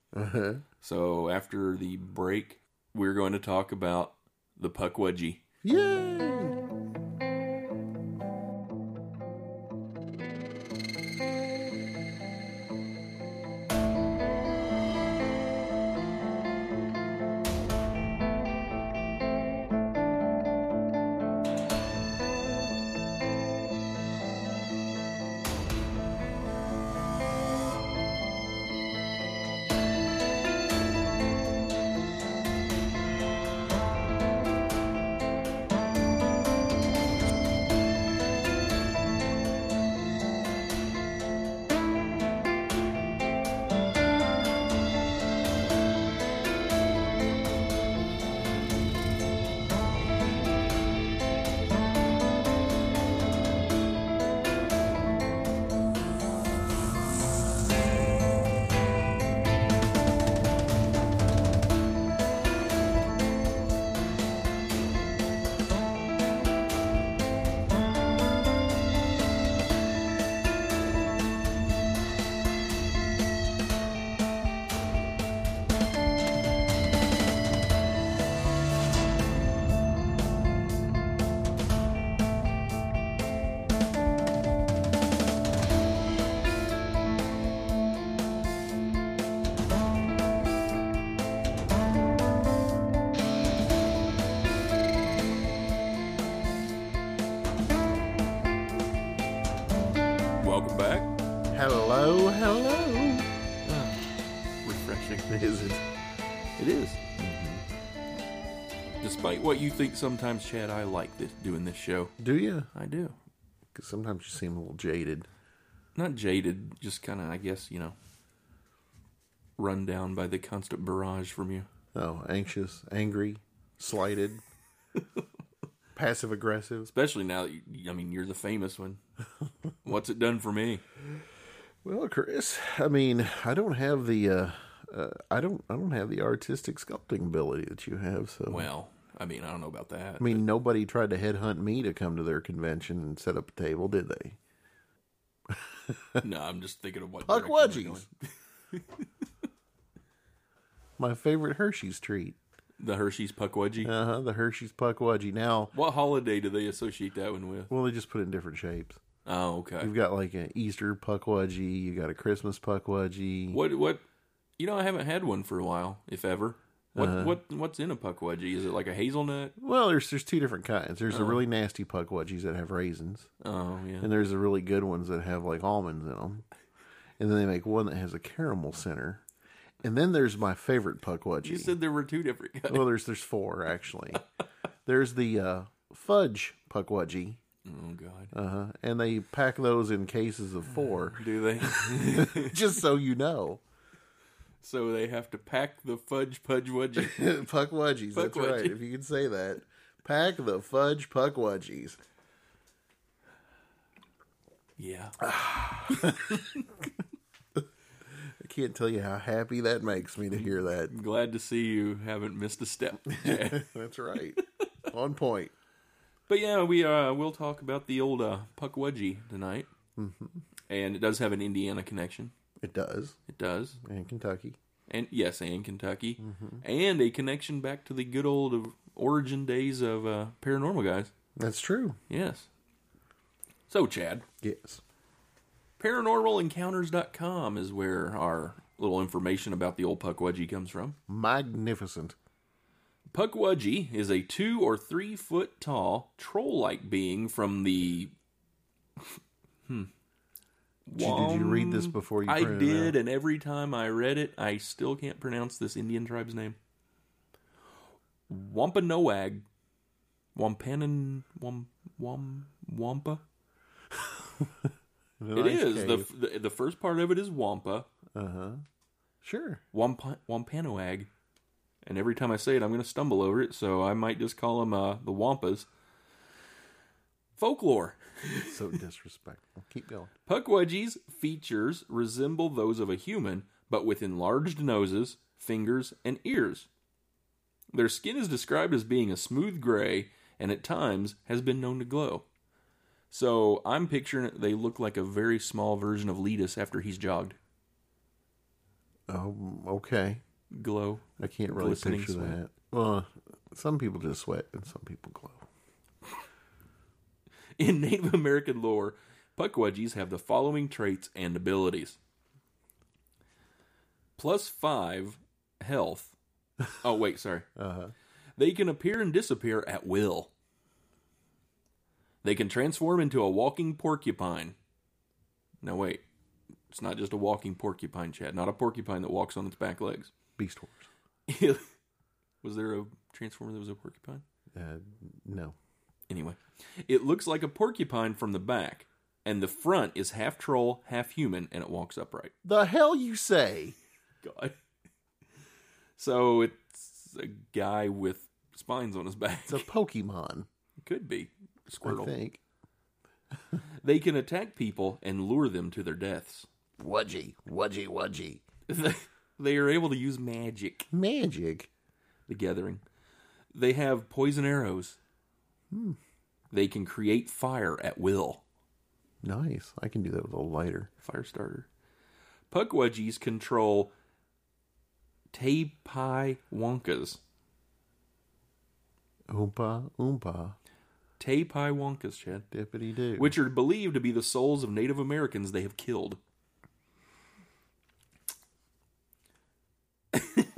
[SPEAKER 8] So after the break, we're going to talk about the puck wedgie.
[SPEAKER 5] Yay!
[SPEAKER 8] Welcome back.
[SPEAKER 5] Hello, hello.
[SPEAKER 8] Refreshing.
[SPEAKER 5] Is it?
[SPEAKER 8] It is. Despite what you think sometimes, Chad, I like this, doing this show.
[SPEAKER 5] Do you?
[SPEAKER 8] I do.
[SPEAKER 5] Because sometimes you seem a little jaded.
[SPEAKER 8] Not jaded, just kind of, I guess, you know, run down by the constant barrage from you.
[SPEAKER 5] Oh, anxious, angry, slighted, passive aggressive.
[SPEAKER 8] Especially now that, you, I mean, you're the famous one. What's it done for me?
[SPEAKER 5] Well, Chris, I mean, I don't have the uh, uh, I don't I don't have the artistic sculpting ability that you have. So
[SPEAKER 8] Well, I mean, I don't know about that.
[SPEAKER 5] I mean, nobody tried to headhunt me to come to their convention and set up a table, did they?
[SPEAKER 8] no, I'm just thinking of what.
[SPEAKER 5] Puck
[SPEAKER 8] direction we're
[SPEAKER 5] Wedgies. My favorite Hershey's treat.
[SPEAKER 8] going. The Hershey's Puck Wedgie.
[SPEAKER 5] Uh huh. The Hershey's Puck Wedgie. Now,
[SPEAKER 8] What holiday do they associate that one with?
[SPEAKER 5] well, they just put it in different shapes.
[SPEAKER 8] Oh, okay.
[SPEAKER 5] You've got like an Easter Puck Wedgie. You got a Christmas Puck Wedgie.
[SPEAKER 8] What what? You know, I haven't had one for a while, if ever. What
[SPEAKER 5] Uh-huh.
[SPEAKER 8] what what's in a puck wedgie? Is it like a hazelnut?
[SPEAKER 5] Well, there's there's two different kinds. There's
[SPEAKER 8] Uh-huh.
[SPEAKER 5] the really nasty Puck Wedgies that have raisins,
[SPEAKER 8] Oh yeah.
[SPEAKER 5] and there's the really good ones that have like almonds in them. And then they make one that has a caramel center. And then there's my favorite Puck Wedgie.
[SPEAKER 8] you said there were two different. Kinds.
[SPEAKER 5] well, there's there's four actually. there's the uh, fudge puck wedgie,
[SPEAKER 8] Oh god.
[SPEAKER 5] uh, and they pack those in cases of four,
[SPEAKER 8] Do they?
[SPEAKER 5] just so you know.
[SPEAKER 8] so they have to pack the fudge pudge wedgie.
[SPEAKER 5] puck wedgies.
[SPEAKER 8] Puck
[SPEAKER 5] that's right.
[SPEAKER 8] wedgie.
[SPEAKER 5] If you can say that, pack the fudge puck wedgies.
[SPEAKER 8] yeah.
[SPEAKER 5] I can't tell you how happy that makes me to hear that.
[SPEAKER 8] I'm glad to see you haven't missed a step. Jack.
[SPEAKER 5] That's right. On point.
[SPEAKER 8] But yeah, we uh we'll talk about the old uh, puck wedgie tonight, Mm-hmm. and it does have an Indiana connection.
[SPEAKER 5] It does.
[SPEAKER 8] It does,
[SPEAKER 5] And Kentucky.
[SPEAKER 8] and yes, and Kentucky, and a connection back to the good old origin days of uh, paranormal guys.
[SPEAKER 5] That's true.
[SPEAKER 8] Yes. So Chad,
[SPEAKER 5] Yes.
[SPEAKER 8] paranormalencounters.com is where our little information about the old puck wedgie comes from.
[SPEAKER 5] Magnificent.
[SPEAKER 8] Puckwudgie is a two or three foot tall troll like being from the. Hmm.
[SPEAKER 5] Did you, did you read this before you?
[SPEAKER 8] I
[SPEAKER 5] printed it out?
[SPEAKER 8] did, and every time I read it, I still can't pronounce this Indian tribe's name. Wampanoag. Wampanan. Wam, wam, Wampa?
[SPEAKER 5] The
[SPEAKER 8] It
[SPEAKER 5] ice
[SPEAKER 8] is. The,
[SPEAKER 5] cave.
[SPEAKER 8] f- the, the first part of it is Wampa.
[SPEAKER 5] sure.
[SPEAKER 8] Wampa, Wampanoag. And every time I say it, I'm going to stumble over it, so I might just call them uh, the Wampas. Folklore.
[SPEAKER 5] So disrespectful. Keep going.
[SPEAKER 8] Puckwudgie's features resemble those of a human, but with enlarged noses, fingers, and ears. Their skin is described as being a smooth gray and at times has been known to glow. So I'm picturing it, they look like a very small version of Letus after he's jogged.
[SPEAKER 5] Um, okay.
[SPEAKER 8] Glow.
[SPEAKER 5] I can't really
[SPEAKER 8] Oh, Glistening
[SPEAKER 5] picture
[SPEAKER 8] sweat.
[SPEAKER 5] that. Well, some people just sweat and some people glow.
[SPEAKER 8] In Native American lore, Puckwudgies have the following traits and abilities plus five health. Oh, wait, sorry. They can appear and disappear at will. They can transform into a walking porcupine. No, wait. It's not just a walking porcupine, Chad. Not a porcupine that walks on its back legs.
[SPEAKER 5] Beast Wars.
[SPEAKER 8] Was there a transformer that was a porcupine?
[SPEAKER 5] Uh, no.
[SPEAKER 8] Anyway, it looks like a porcupine from the back, and the front is half troll, half human, and it walks upright.
[SPEAKER 5] The hell you say?
[SPEAKER 8] God. So it's a guy with spines on his back.
[SPEAKER 5] It's a Pokemon,
[SPEAKER 8] Could be
[SPEAKER 5] I
[SPEAKER 8] Squirtle.
[SPEAKER 5] think.
[SPEAKER 8] They can attack people and lure them to their deaths.
[SPEAKER 5] Wudgy, wudgy, wudgy.
[SPEAKER 8] they are able to use magic.
[SPEAKER 5] Magic.
[SPEAKER 8] The Gathering. They have poison arrows. They can create fire at will.
[SPEAKER 5] Nice. I can do that with a lighter.
[SPEAKER 8] fire starter. Pugwudgies control Taipai Wonkas.
[SPEAKER 5] Oompa, oompa,
[SPEAKER 8] Taipai Wonkas, Chad.
[SPEAKER 5] dippity doo.
[SPEAKER 8] Which are believed to be the souls of Native Americans they have killed.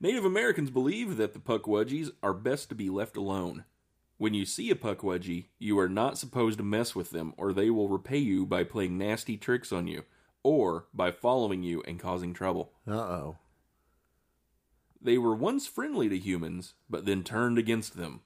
[SPEAKER 8] Native Americans believe that the Puckwudgies are best to be left alone. When you see a Puckwudgie, you are not supposed to mess with them, or they will repay you by playing nasty tricks on you, or by following you and causing trouble.
[SPEAKER 5] Uh oh.
[SPEAKER 8] They were once friendly to humans, but then turned against them.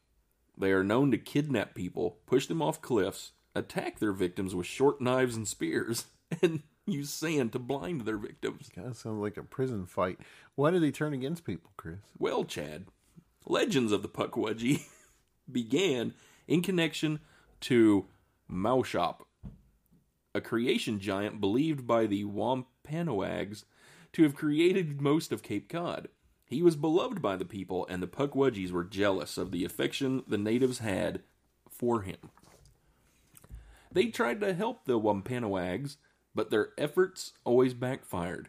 [SPEAKER 8] They are known to kidnap people, push them off cliffs, attack their victims with short knives and spears, and use sand to blind their victims.
[SPEAKER 5] Kind of sounds like a prison fight. Why do they turn against people, Chris?
[SPEAKER 8] Well, Chad, legends of the Puckwudgie began in connection to Maushop, a creation giant believed by the Wampanoag Panawags to have created most of Cape Cod. He was beloved by the people, and the Puckwudgies were jealous of the affection the natives had for him. They tried to help the Wampanoags, but their efforts always backfired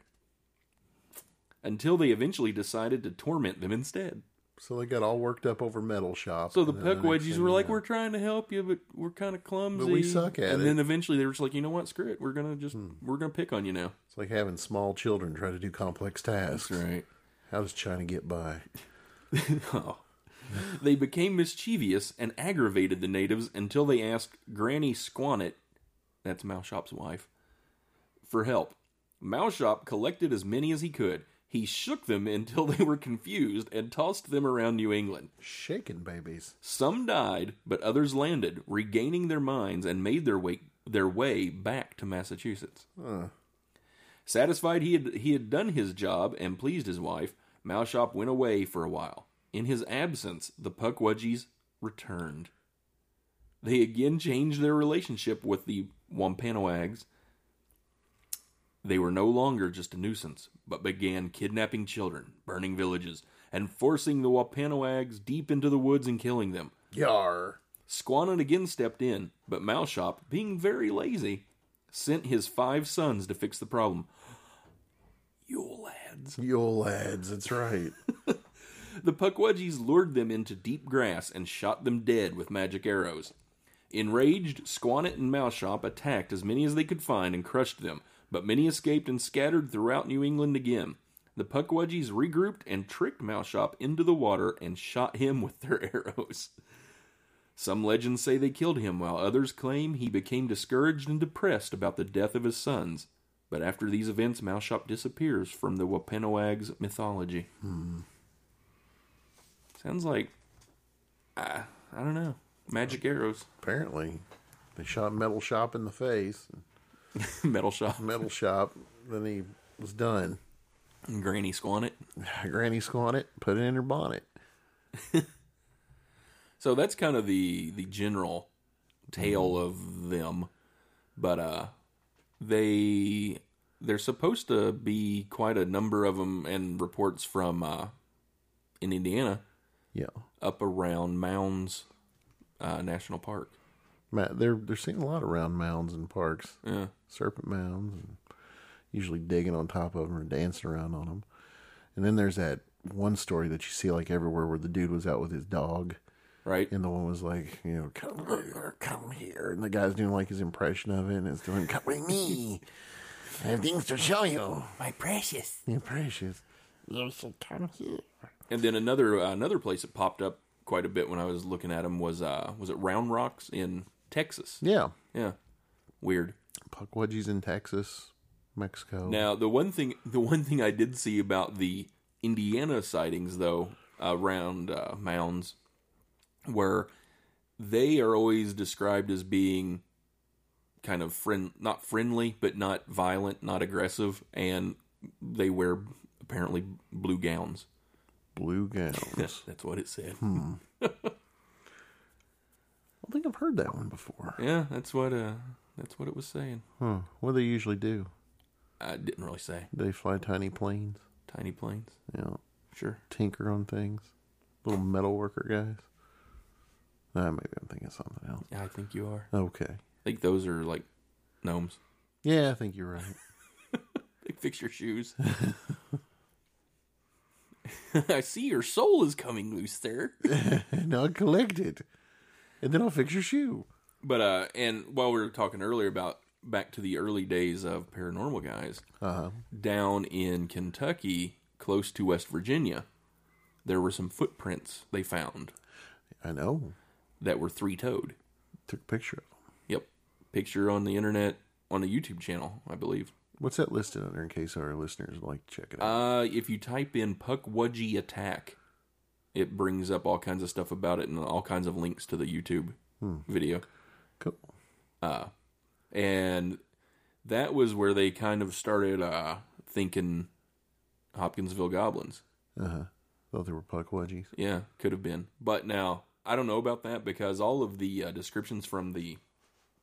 [SPEAKER 8] until they eventually decided to torment them instead.
[SPEAKER 5] So they got all worked up over metal shop.
[SPEAKER 8] So the
[SPEAKER 5] and then
[SPEAKER 8] Puck
[SPEAKER 5] next
[SPEAKER 8] Wedgies
[SPEAKER 5] thing
[SPEAKER 8] were
[SPEAKER 5] you
[SPEAKER 8] like,
[SPEAKER 5] know-
[SPEAKER 8] "We're trying to help you, but we're kind of clumsy,
[SPEAKER 5] suck at
[SPEAKER 8] And
[SPEAKER 5] it." Hmm.
[SPEAKER 8] then eventually they were just like, "You know what? Screw it. We're gonna just we're gonna pick on you now."
[SPEAKER 5] It's like having small children try to do complex tasks.
[SPEAKER 8] right.
[SPEAKER 5] How does China get by?
[SPEAKER 8] Oh. they became mischievous and aggravated the natives until they asked Granny Squanet, that's Moushop's wife, for help. Moushop collected as many as he could. He shook them until they were confused and tossed them around New England.
[SPEAKER 5] Shaking babies.
[SPEAKER 8] Some died, but others landed, regaining their minds and made their way their way back to Massachusetts. Satisfied he had he had done his job and pleased his wife, Malshop went away for a while. In his absence, the Puckwudgies returned. They again changed their relationship with the Wampanoags. They were no longer just a nuisance, but began kidnapping children, burning villages, and forcing the Wampanoags deep into the woods and killing them.
[SPEAKER 5] Yar.
[SPEAKER 8] Squanon again stepped in, but Malshop, being very lazy, sent his five sons to fix the problem. Yule lads.
[SPEAKER 5] You old lads. That's right.
[SPEAKER 8] The Puckwudgies lured them into deep grass and shot them dead with magic arrows. Enraged, Squanet and Malshop attacked as many as they could find and crushed them, but many escaped and scattered throughout New England again. The Puckwudgies regrouped and tricked Malshop into the water and shot him with their arrows. Some legends say they killed him, while others claim he became discouraged and depressed about the death of his sons. But after these events, Malshop disappears from the Wapanoags mythology. Sounds like I I don't know. Magic arrows,
[SPEAKER 5] Apparently, they shot metal shop in the face.
[SPEAKER 8] metal shot,
[SPEAKER 5] Metal shop. Then he was done.
[SPEAKER 8] and Granny Squanet.
[SPEAKER 5] Granny squat it. Put it in her bonnet.
[SPEAKER 8] So that's kind of the the general tale of them. But uh they they're supposed to be quite a number of them and reports from uh in Indiana
[SPEAKER 5] Yeah.
[SPEAKER 8] up around Mounds uh National Park.
[SPEAKER 5] Matt, they're they're seeing a lot around mounds and parks.
[SPEAKER 8] Yeah.
[SPEAKER 5] serpent mounds, and usually digging on top of them or dancing around on them. And then there's that one story that you see like everywhere where the dude was out with his dog,
[SPEAKER 8] Right?
[SPEAKER 5] and the one was like, you know, come here, come here, and the guy's doing like his impression of it, and it's doing come with me. I have things to show you,
[SPEAKER 8] My precious.
[SPEAKER 5] you precious.
[SPEAKER 8] And then another another place that popped up quite a bit when I was looking at them was uh was it Round Rocks in Texas?
[SPEAKER 5] Yeah,
[SPEAKER 8] Yeah. Weird.
[SPEAKER 5] Puckwudgies in Texas, Mexico.
[SPEAKER 8] Now the one thing the one thing I did see about the Indiana sightings though around uh, mounds were they are always described as being kind of friend not friendly but not violent, not aggressive and they wear apparently blue gowns.
[SPEAKER 5] Blue gowns.
[SPEAKER 8] That's what it said.
[SPEAKER 5] I think I've heard that one before.
[SPEAKER 8] Yeah, that's what uh that's what it was saying.
[SPEAKER 5] Huh. What do they usually do?
[SPEAKER 8] I didn't really say.
[SPEAKER 5] Do they fly tiny planes?
[SPEAKER 8] Tiny planes.
[SPEAKER 5] Yeah.
[SPEAKER 8] Sure.
[SPEAKER 5] tinker on things. Little metal worker guys. Nah, maybe I'm thinking something else.
[SPEAKER 8] Yeah, I think you are. I
[SPEAKER 5] Okay.
[SPEAKER 8] think those are like gnomes.
[SPEAKER 5] Yeah, I think you're right.
[SPEAKER 8] They fix your shoes. I see your soul is coming loose, sir.
[SPEAKER 5] and I'll collect it. And then I'll fix your shoe.
[SPEAKER 8] But uh and while we were talking earlier about back to the early days of paranormal guys,
[SPEAKER 5] Uh-huh.
[SPEAKER 8] down in Kentucky, close to West Virginia, there were some footprints they found
[SPEAKER 5] I know.
[SPEAKER 8] that were three toed.
[SPEAKER 5] Took a picture of them.
[SPEAKER 8] Yep. Picture on the internet on a YouTube channel, I believe.
[SPEAKER 5] What's that listed under in case our listeners would like to check it out?
[SPEAKER 8] Uh, if you type in Puck Wudgie attack, it brings up all kinds of stuff about it and all kinds of links to the YouTube video.
[SPEAKER 5] cool.
[SPEAKER 8] And that was where they kind of started uh, thinking Hopkinsville goblins.
[SPEAKER 5] Uh-huh. Thought they were puck wedgies.
[SPEAKER 8] Yeah, could have been. But now, I don't know about that because all of the uh, descriptions from the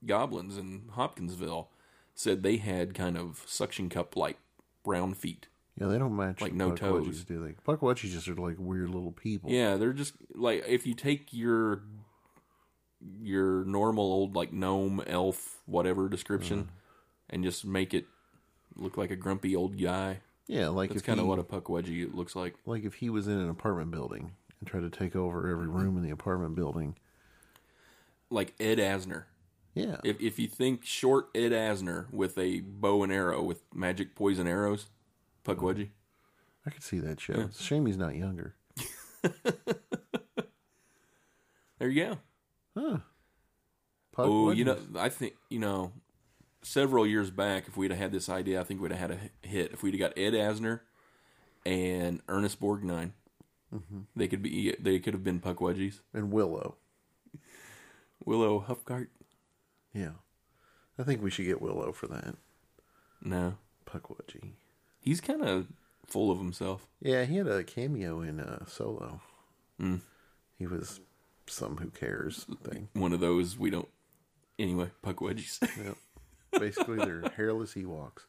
[SPEAKER 8] goblins in Hopkinsville said they had kind of suction cup like brown feet.
[SPEAKER 5] Yeah, they don't match
[SPEAKER 8] Like
[SPEAKER 5] the
[SPEAKER 8] no
[SPEAKER 5] Puckwudgies,
[SPEAKER 8] toes.
[SPEAKER 5] do they? Puckwudgies just are like weird little people.
[SPEAKER 8] Yeah, they're just like if you take your your normal old like gnome, elf, whatever description,
[SPEAKER 5] Mm-hmm.
[SPEAKER 8] and just make it look like a grumpy old guy.
[SPEAKER 5] yeah. Like
[SPEAKER 8] That's
[SPEAKER 5] if
[SPEAKER 8] kind of
[SPEAKER 5] he-
[SPEAKER 8] what a puck wedgie looks like.
[SPEAKER 5] like if he was in an apartment building and tried to take over every room in the apartment building.
[SPEAKER 8] Like Ed Asner.
[SPEAKER 5] Yeah,
[SPEAKER 8] If if you think short Ed Asner with a bow and arrow with magic poison arrows, puck wedgie.
[SPEAKER 5] I could see that show. It's a shame he's not younger.
[SPEAKER 8] There you go.
[SPEAKER 5] Huh.
[SPEAKER 8] Oh, you know,
[SPEAKER 5] Puckwudgies.
[SPEAKER 8] I think you know. Several years back, if we'd have had this idea, I think we'd have had a hit. If we'd have got Ed Asner and Ernest Borgnine,
[SPEAKER 5] Mm-hmm.
[SPEAKER 8] they could be they could have been puck wedgies.
[SPEAKER 5] and Willow.
[SPEAKER 8] Willow Huffcart,
[SPEAKER 5] Yeah, I think we should get Willow for that
[SPEAKER 8] no,
[SPEAKER 5] Puckwudgie.
[SPEAKER 8] he's kind of full of himself.
[SPEAKER 5] Yeah, he had a cameo in uh, Solo.
[SPEAKER 8] Hmm.
[SPEAKER 5] He was some who cares thing.
[SPEAKER 8] One of those we don't. Anyway, puck wedgies.
[SPEAKER 5] Yeah. Basically, they're hairless Ewoks.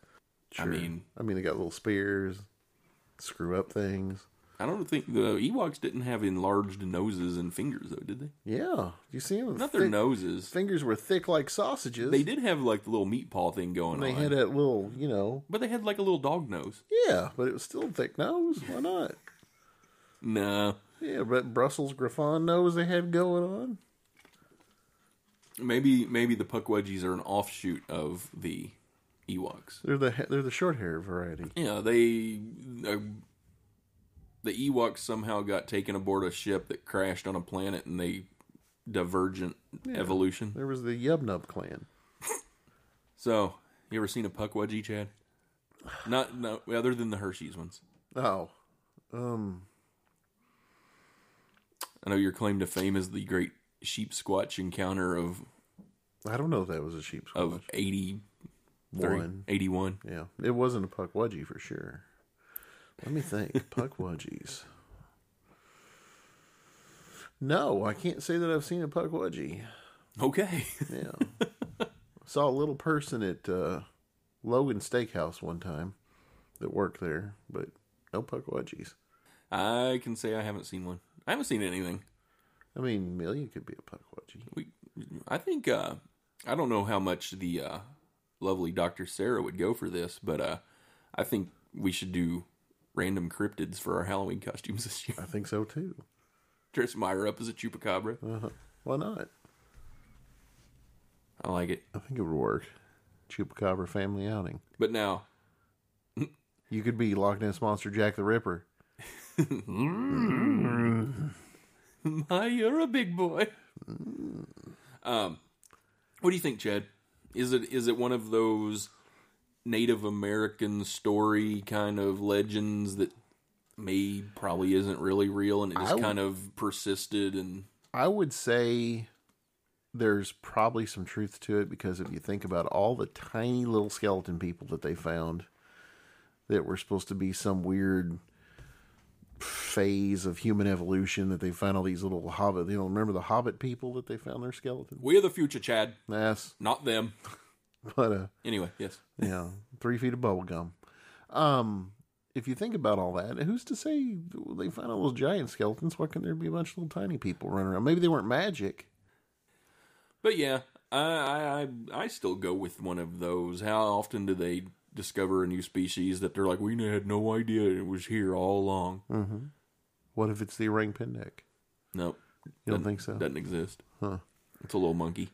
[SPEAKER 8] I mean-
[SPEAKER 5] I mean, they got little spears, screw up things.
[SPEAKER 8] I don't think the Ewoks didn't have enlarged noses and fingers though, did they?
[SPEAKER 5] Yeah, you see them.
[SPEAKER 8] Not their noses.
[SPEAKER 5] Fingers were thick like sausages.
[SPEAKER 8] They did have like the little meat paw thing going
[SPEAKER 5] And they
[SPEAKER 8] on.
[SPEAKER 5] had that little, you know.
[SPEAKER 8] but they had like a little dog nose.
[SPEAKER 5] Yeah, but it was still thick nose. Why not?
[SPEAKER 8] No.
[SPEAKER 5] Yeah, but Brussels Griffon nose they had going on.
[SPEAKER 8] Maybe maybe the puck wedgies are an offshoot of the Ewoks.
[SPEAKER 5] They're the they're the short hair variety.
[SPEAKER 8] Yeah, they uh, the Ewoks somehow got taken aboard a ship that crashed on a planet, and they divergent evolution.
[SPEAKER 5] There was the Yub Nub clan.
[SPEAKER 8] So, you ever seen a puck wedgie, Chad? Not no, other than the Hershey's ones.
[SPEAKER 5] Oh, um,
[SPEAKER 8] I know your claim to fame is the great sheep squatch encounter of
[SPEAKER 5] I don't know if that was a sheep's
[SPEAKER 8] of 80, 81.
[SPEAKER 5] Yeah, it wasn't a puck wudgie for sure. Let me think. puck wudgies. No, I can't say that I've seen a puck wudgie.
[SPEAKER 8] Okay.
[SPEAKER 5] Yeah, saw a little person at uh, Logan Steakhouse one time that worked there, but no puck wudgies.
[SPEAKER 8] I can say I haven't seen one. I haven't seen anything.
[SPEAKER 5] I mean, Millie could be a puck wudgie.
[SPEAKER 8] We, I think uh, I don't know how much the uh, lovely Doctor Sarah would go for this, but uh, I think we should do random cryptids for our Halloween costumes this year.
[SPEAKER 5] I think so too.
[SPEAKER 8] Dress Meyer up as a chupacabra.
[SPEAKER 5] Why not?
[SPEAKER 8] I like it.
[SPEAKER 5] I think it would work. Chupacabra family outing.
[SPEAKER 8] But now,
[SPEAKER 5] You could be Loch Ness Monster Jack the Ripper.
[SPEAKER 8] my, you're a big boy. Um, what do you think, Chad? Is it is it one of those Native American story kind of legends that may probably isn't really real and it just
[SPEAKER 5] I w-
[SPEAKER 8] kind of persisted and
[SPEAKER 5] I would say there's probably some truth to it because if you think about all the tiny little skeleton people that they found that were supposed to be some weird phase of human evolution that they found all these little hobbit you know remember the hobbit people that they found their skeletons
[SPEAKER 8] We're the future, Chad,
[SPEAKER 5] yes
[SPEAKER 8] not them.
[SPEAKER 5] but uh
[SPEAKER 8] Anyway, yes.
[SPEAKER 5] Yeah, three feet of bubble gum. Um, if you think about all that, who's to say they find all those giant skeletons? Why couldn't there be a bunch of little tiny people running around? Maybe they weren't magic.
[SPEAKER 8] But yeah, I, I I I still go with one of those. How often do they discover a new species that they're like, we had no idea it was here all along?
[SPEAKER 5] What if it's the orang pendek?
[SPEAKER 8] Nope,
[SPEAKER 5] You don't think so?
[SPEAKER 8] doesn't exist.
[SPEAKER 5] Huh.
[SPEAKER 8] It's a little monkey.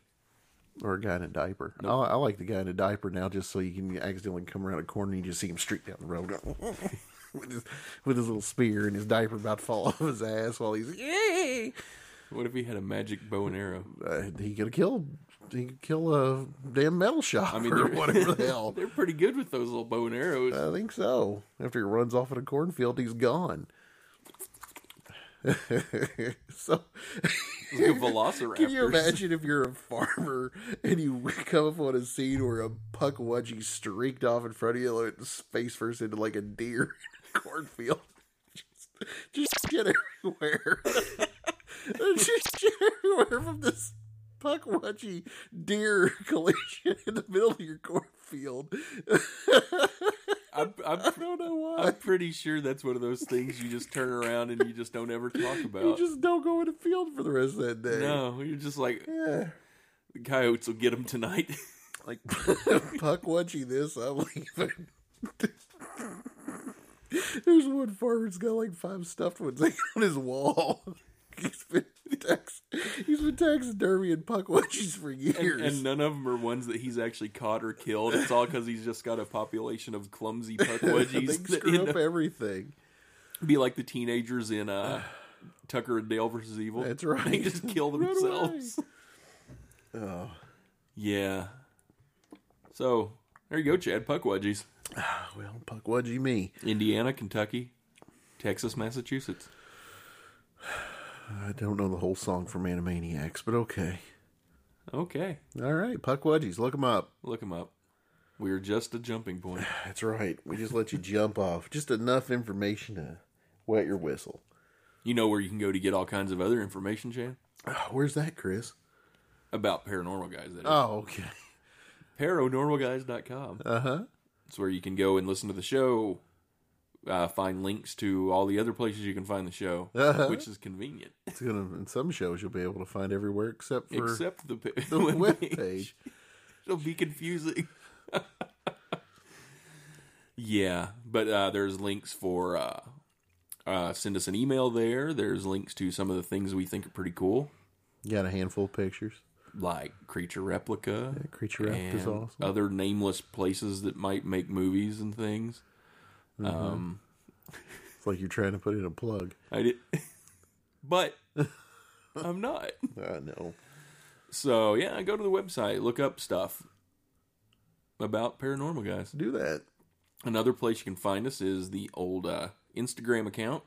[SPEAKER 5] Or a guy in a diaper? I, I like the guy in a diaper now, just so you can accidentally come around a corner and you just see him streak down the road with his with his little spear and his diaper about to fall off his ass while he's yay.
[SPEAKER 8] What if he had a magic bow and arrow?
[SPEAKER 5] Uh, he could kill. He could kill a damn metal shop
[SPEAKER 8] mean,
[SPEAKER 5] or
[SPEAKER 8] they're-
[SPEAKER 5] whatever the hell.
[SPEAKER 8] They're pretty good with those little bow and arrows.
[SPEAKER 5] I think so. After he runs off in a cornfield, he's gone. so,
[SPEAKER 8] It's like a velociraptor.
[SPEAKER 5] can you imagine if you're a farmer and you come up on a scene where a puck wedgie streaked off in front of you, like face first into like a deer in a cornfield? Just, just shit everywhere. There's just shit everywhere from this puck wedgie deer collision in the middle of your cornfield.
[SPEAKER 8] I'm, I'm, I am i do not know why. I'm pretty sure that's one of those things you just turn around and you just don't ever talk about.
[SPEAKER 5] You just don't go in the field for the rest of that day.
[SPEAKER 8] Uh, no, you're just like the coyotes will get him tonight.
[SPEAKER 5] Like Puck watching this, I'm leaving. There's one farmer's got like five stuffed ones hanging on his wall. He's been tax, he's been taxidermy and puck watches for years.
[SPEAKER 8] and, and none of them are ones that he's actually caught or killed. It's all because he's just got a population of clumsy puck
[SPEAKER 5] they
[SPEAKER 8] wedgies that
[SPEAKER 5] screw
[SPEAKER 8] end
[SPEAKER 5] up
[SPEAKER 8] up
[SPEAKER 5] everything.
[SPEAKER 8] be like the teenagers in uh, Tucker and Dale versus Evil.
[SPEAKER 5] That's right.
[SPEAKER 8] They just kill
[SPEAKER 5] Run away.
[SPEAKER 8] themselves.
[SPEAKER 5] Oh,
[SPEAKER 8] Yeah. So there you go, Chad. Puck wedgies.
[SPEAKER 5] Oh, well, puck wedgie me.
[SPEAKER 8] Indiana, Kentucky, Texas, Massachusetts.
[SPEAKER 5] I don't know the whole song from Animaniacs, but okay.
[SPEAKER 8] Okay,
[SPEAKER 5] All right, puck wedgies, look them up.
[SPEAKER 8] look them up. We are just a jumping point.
[SPEAKER 5] That's right. We just let you jump off. Just enough information to wet your whistle.
[SPEAKER 8] You know where you can go to get all kinds of other information, Chad,
[SPEAKER 5] Ah, Where's that, Chris?
[SPEAKER 8] about paranormal guys. That is.
[SPEAKER 5] Oh, okay.
[SPEAKER 8] paranormalguys.com. Uh huh.
[SPEAKER 5] Uh-huh.
[SPEAKER 8] It's where you can go and listen to the show, uh, find links to all the other places you can find the show,
[SPEAKER 5] Uh-huh.
[SPEAKER 8] which is convenient,
[SPEAKER 5] It's gonna in some shows you'll be able to find everywhere except for
[SPEAKER 8] except the, pa-
[SPEAKER 5] the web page.
[SPEAKER 8] It'll be confusing. yeah, but uh, there's links for uh, uh, send us an email there. There's links to some of the things we think are pretty cool,
[SPEAKER 5] You got a handful of pictures.
[SPEAKER 8] like creature replica,
[SPEAKER 5] Creature Act is
[SPEAKER 8] and
[SPEAKER 5] awesome.
[SPEAKER 8] other nameless places that might make movies and things. Um,
[SPEAKER 5] It's like you're trying to put in a plug.
[SPEAKER 8] I did, but I'm not.
[SPEAKER 5] I know.
[SPEAKER 8] So yeah, go to the website, look up stuff about paranormal guys.
[SPEAKER 5] Do that.
[SPEAKER 8] Another place you can find us is the old uh, Instagram account,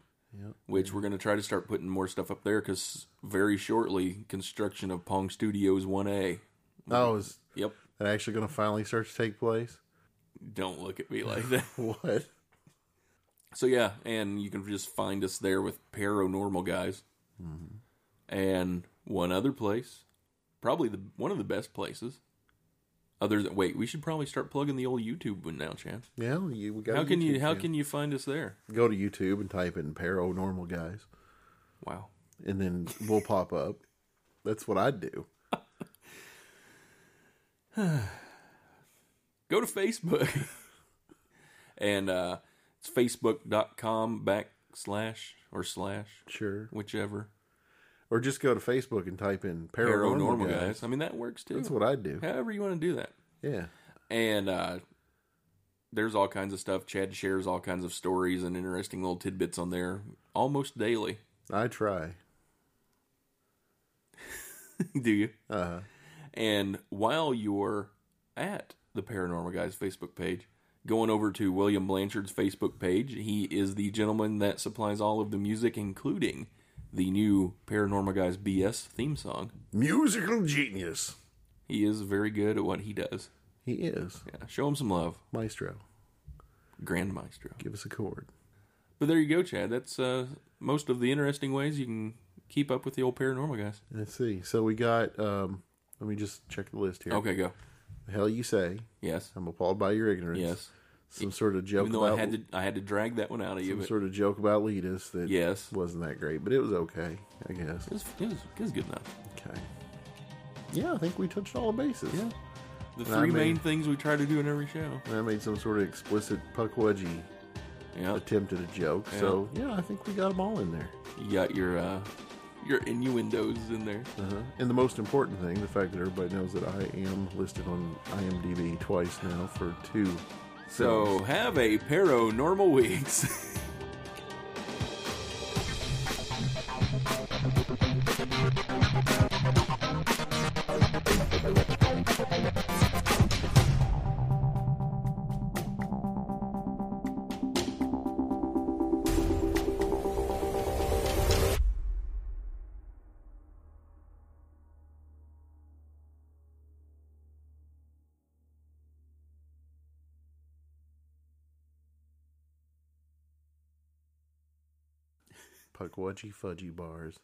[SPEAKER 8] which we're going to try to start putting more stuff up there because very shortly construction of Pong Studios One A.
[SPEAKER 5] Oh, is
[SPEAKER 8] Yep.
[SPEAKER 5] that actually gonna finally start to take place?
[SPEAKER 8] Don't look at me like that.
[SPEAKER 5] What?
[SPEAKER 8] So yeah, and you can just find us there with paranormal guys,
[SPEAKER 5] Mm-hmm.
[SPEAKER 8] and one other place, probably the one of the best places. Other than wait, we should probably start plugging the old YouTube one now, Chan.
[SPEAKER 5] Yeah, you we got
[SPEAKER 8] How
[SPEAKER 5] a
[SPEAKER 8] can you
[SPEAKER 5] YouTube
[SPEAKER 8] how
[SPEAKER 5] channel.
[SPEAKER 8] can you find us there?
[SPEAKER 5] go to YouTube and type in paranormal guys
[SPEAKER 8] Wow.
[SPEAKER 5] and then we'll pop up. That's what I'd do.
[SPEAKER 8] Go to Facebook, and uh, it's facebook.com backslash or slash
[SPEAKER 5] Sure.
[SPEAKER 8] whichever
[SPEAKER 5] Or just go to Facebook and type in paranormal,
[SPEAKER 8] paranormal,
[SPEAKER 5] guys.
[SPEAKER 8] guys. I mean that works too.
[SPEAKER 5] That's what I'd do.
[SPEAKER 8] However you want to do that.
[SPEAKER 5] Yeah.
[SPEAKER 8] and uh, there's all kinds of stuff. Chad shares all kinds of stories and interesting little tidbits on there almost daily.
[SPEAKER 5] I try.
[SPEAKER 8] Do you?
[SPEAKER 5] Uh
[SPEAKER 8] And while you're at the Paranormal Guys Facebook page, going over to William Blanchard's Facebook page, he is the gentleman that supplies all of the music, including the new Paranormal Guys BS theme song.
[SPEAKER 5] musical genius.
[SPEAKER 8] He is very good at what he does.
[SPEAKER 5] He is.
[SPEAKER 8] Yeah, show him some love,
[SPEAKER 5] Maestro.
[SPEAKER 8] Grand Maestro.
[SPEAKER 5] Give us a chord.
[SPEAKER 8] But there you go, Chad. That's uh, most of the interesting ways you can keep up with the old paranormal guys.
[SPEAKER 5] Let's see. So we got um let me just check the list here.
[SPEAKER 8] Okay, go.
[SPEAKER 5] The hell you say.
[SPEAKER 8] Yes,
[SPEAKER 5] I'm appalled by your ignorance.
[SPEAKER 8] yes.
[SPEAKER 5] Some sort of joke
[SPEAKER 8] Even though I
[SPEAKER 5] about
[SPEAKER 8] had to, I had to drag that one out of you.
[SPEAKER 5] some
[SPEAKER 8] But
[SPEAKER 5] sort of joke about Letus that
[SPEAKER 8] Yes.
[SPEAKER 5] wasn't that great, but it was okay, I guess.
[SPEAKER 8] it, was, it, was, it was good enough.
[SPEAKER 5] Okay. Yeah, I think we touched all the bases.
[SPEAKER 8] Yeah. The
[SPEAKER 5] I
[SPEAKER 8] three main
[SPEAKER 5] mean-
[SPEAKER 8] things we try to do in every show.
[SPEAKER 5] And I made some sort of explicit puck wedgie
[SPEAKER 8] Yeah,
[SPEAKER 5] attempt at a joke.
[SPEAKER 8] Yeah.
[SPEAKER 5] So yeah, I think we got them all in there.
[SPEAKER 8] you got your uh, your innuendos in there.
[SPEAKER 5] Uh-huh. And the most important thing, the fact that everybody knows that I am listed on IMDb twice now for two.
[SPEAKER 8] So have a paranormal weeks.
[SPEAKER 5] puck wedgie fudgy bars.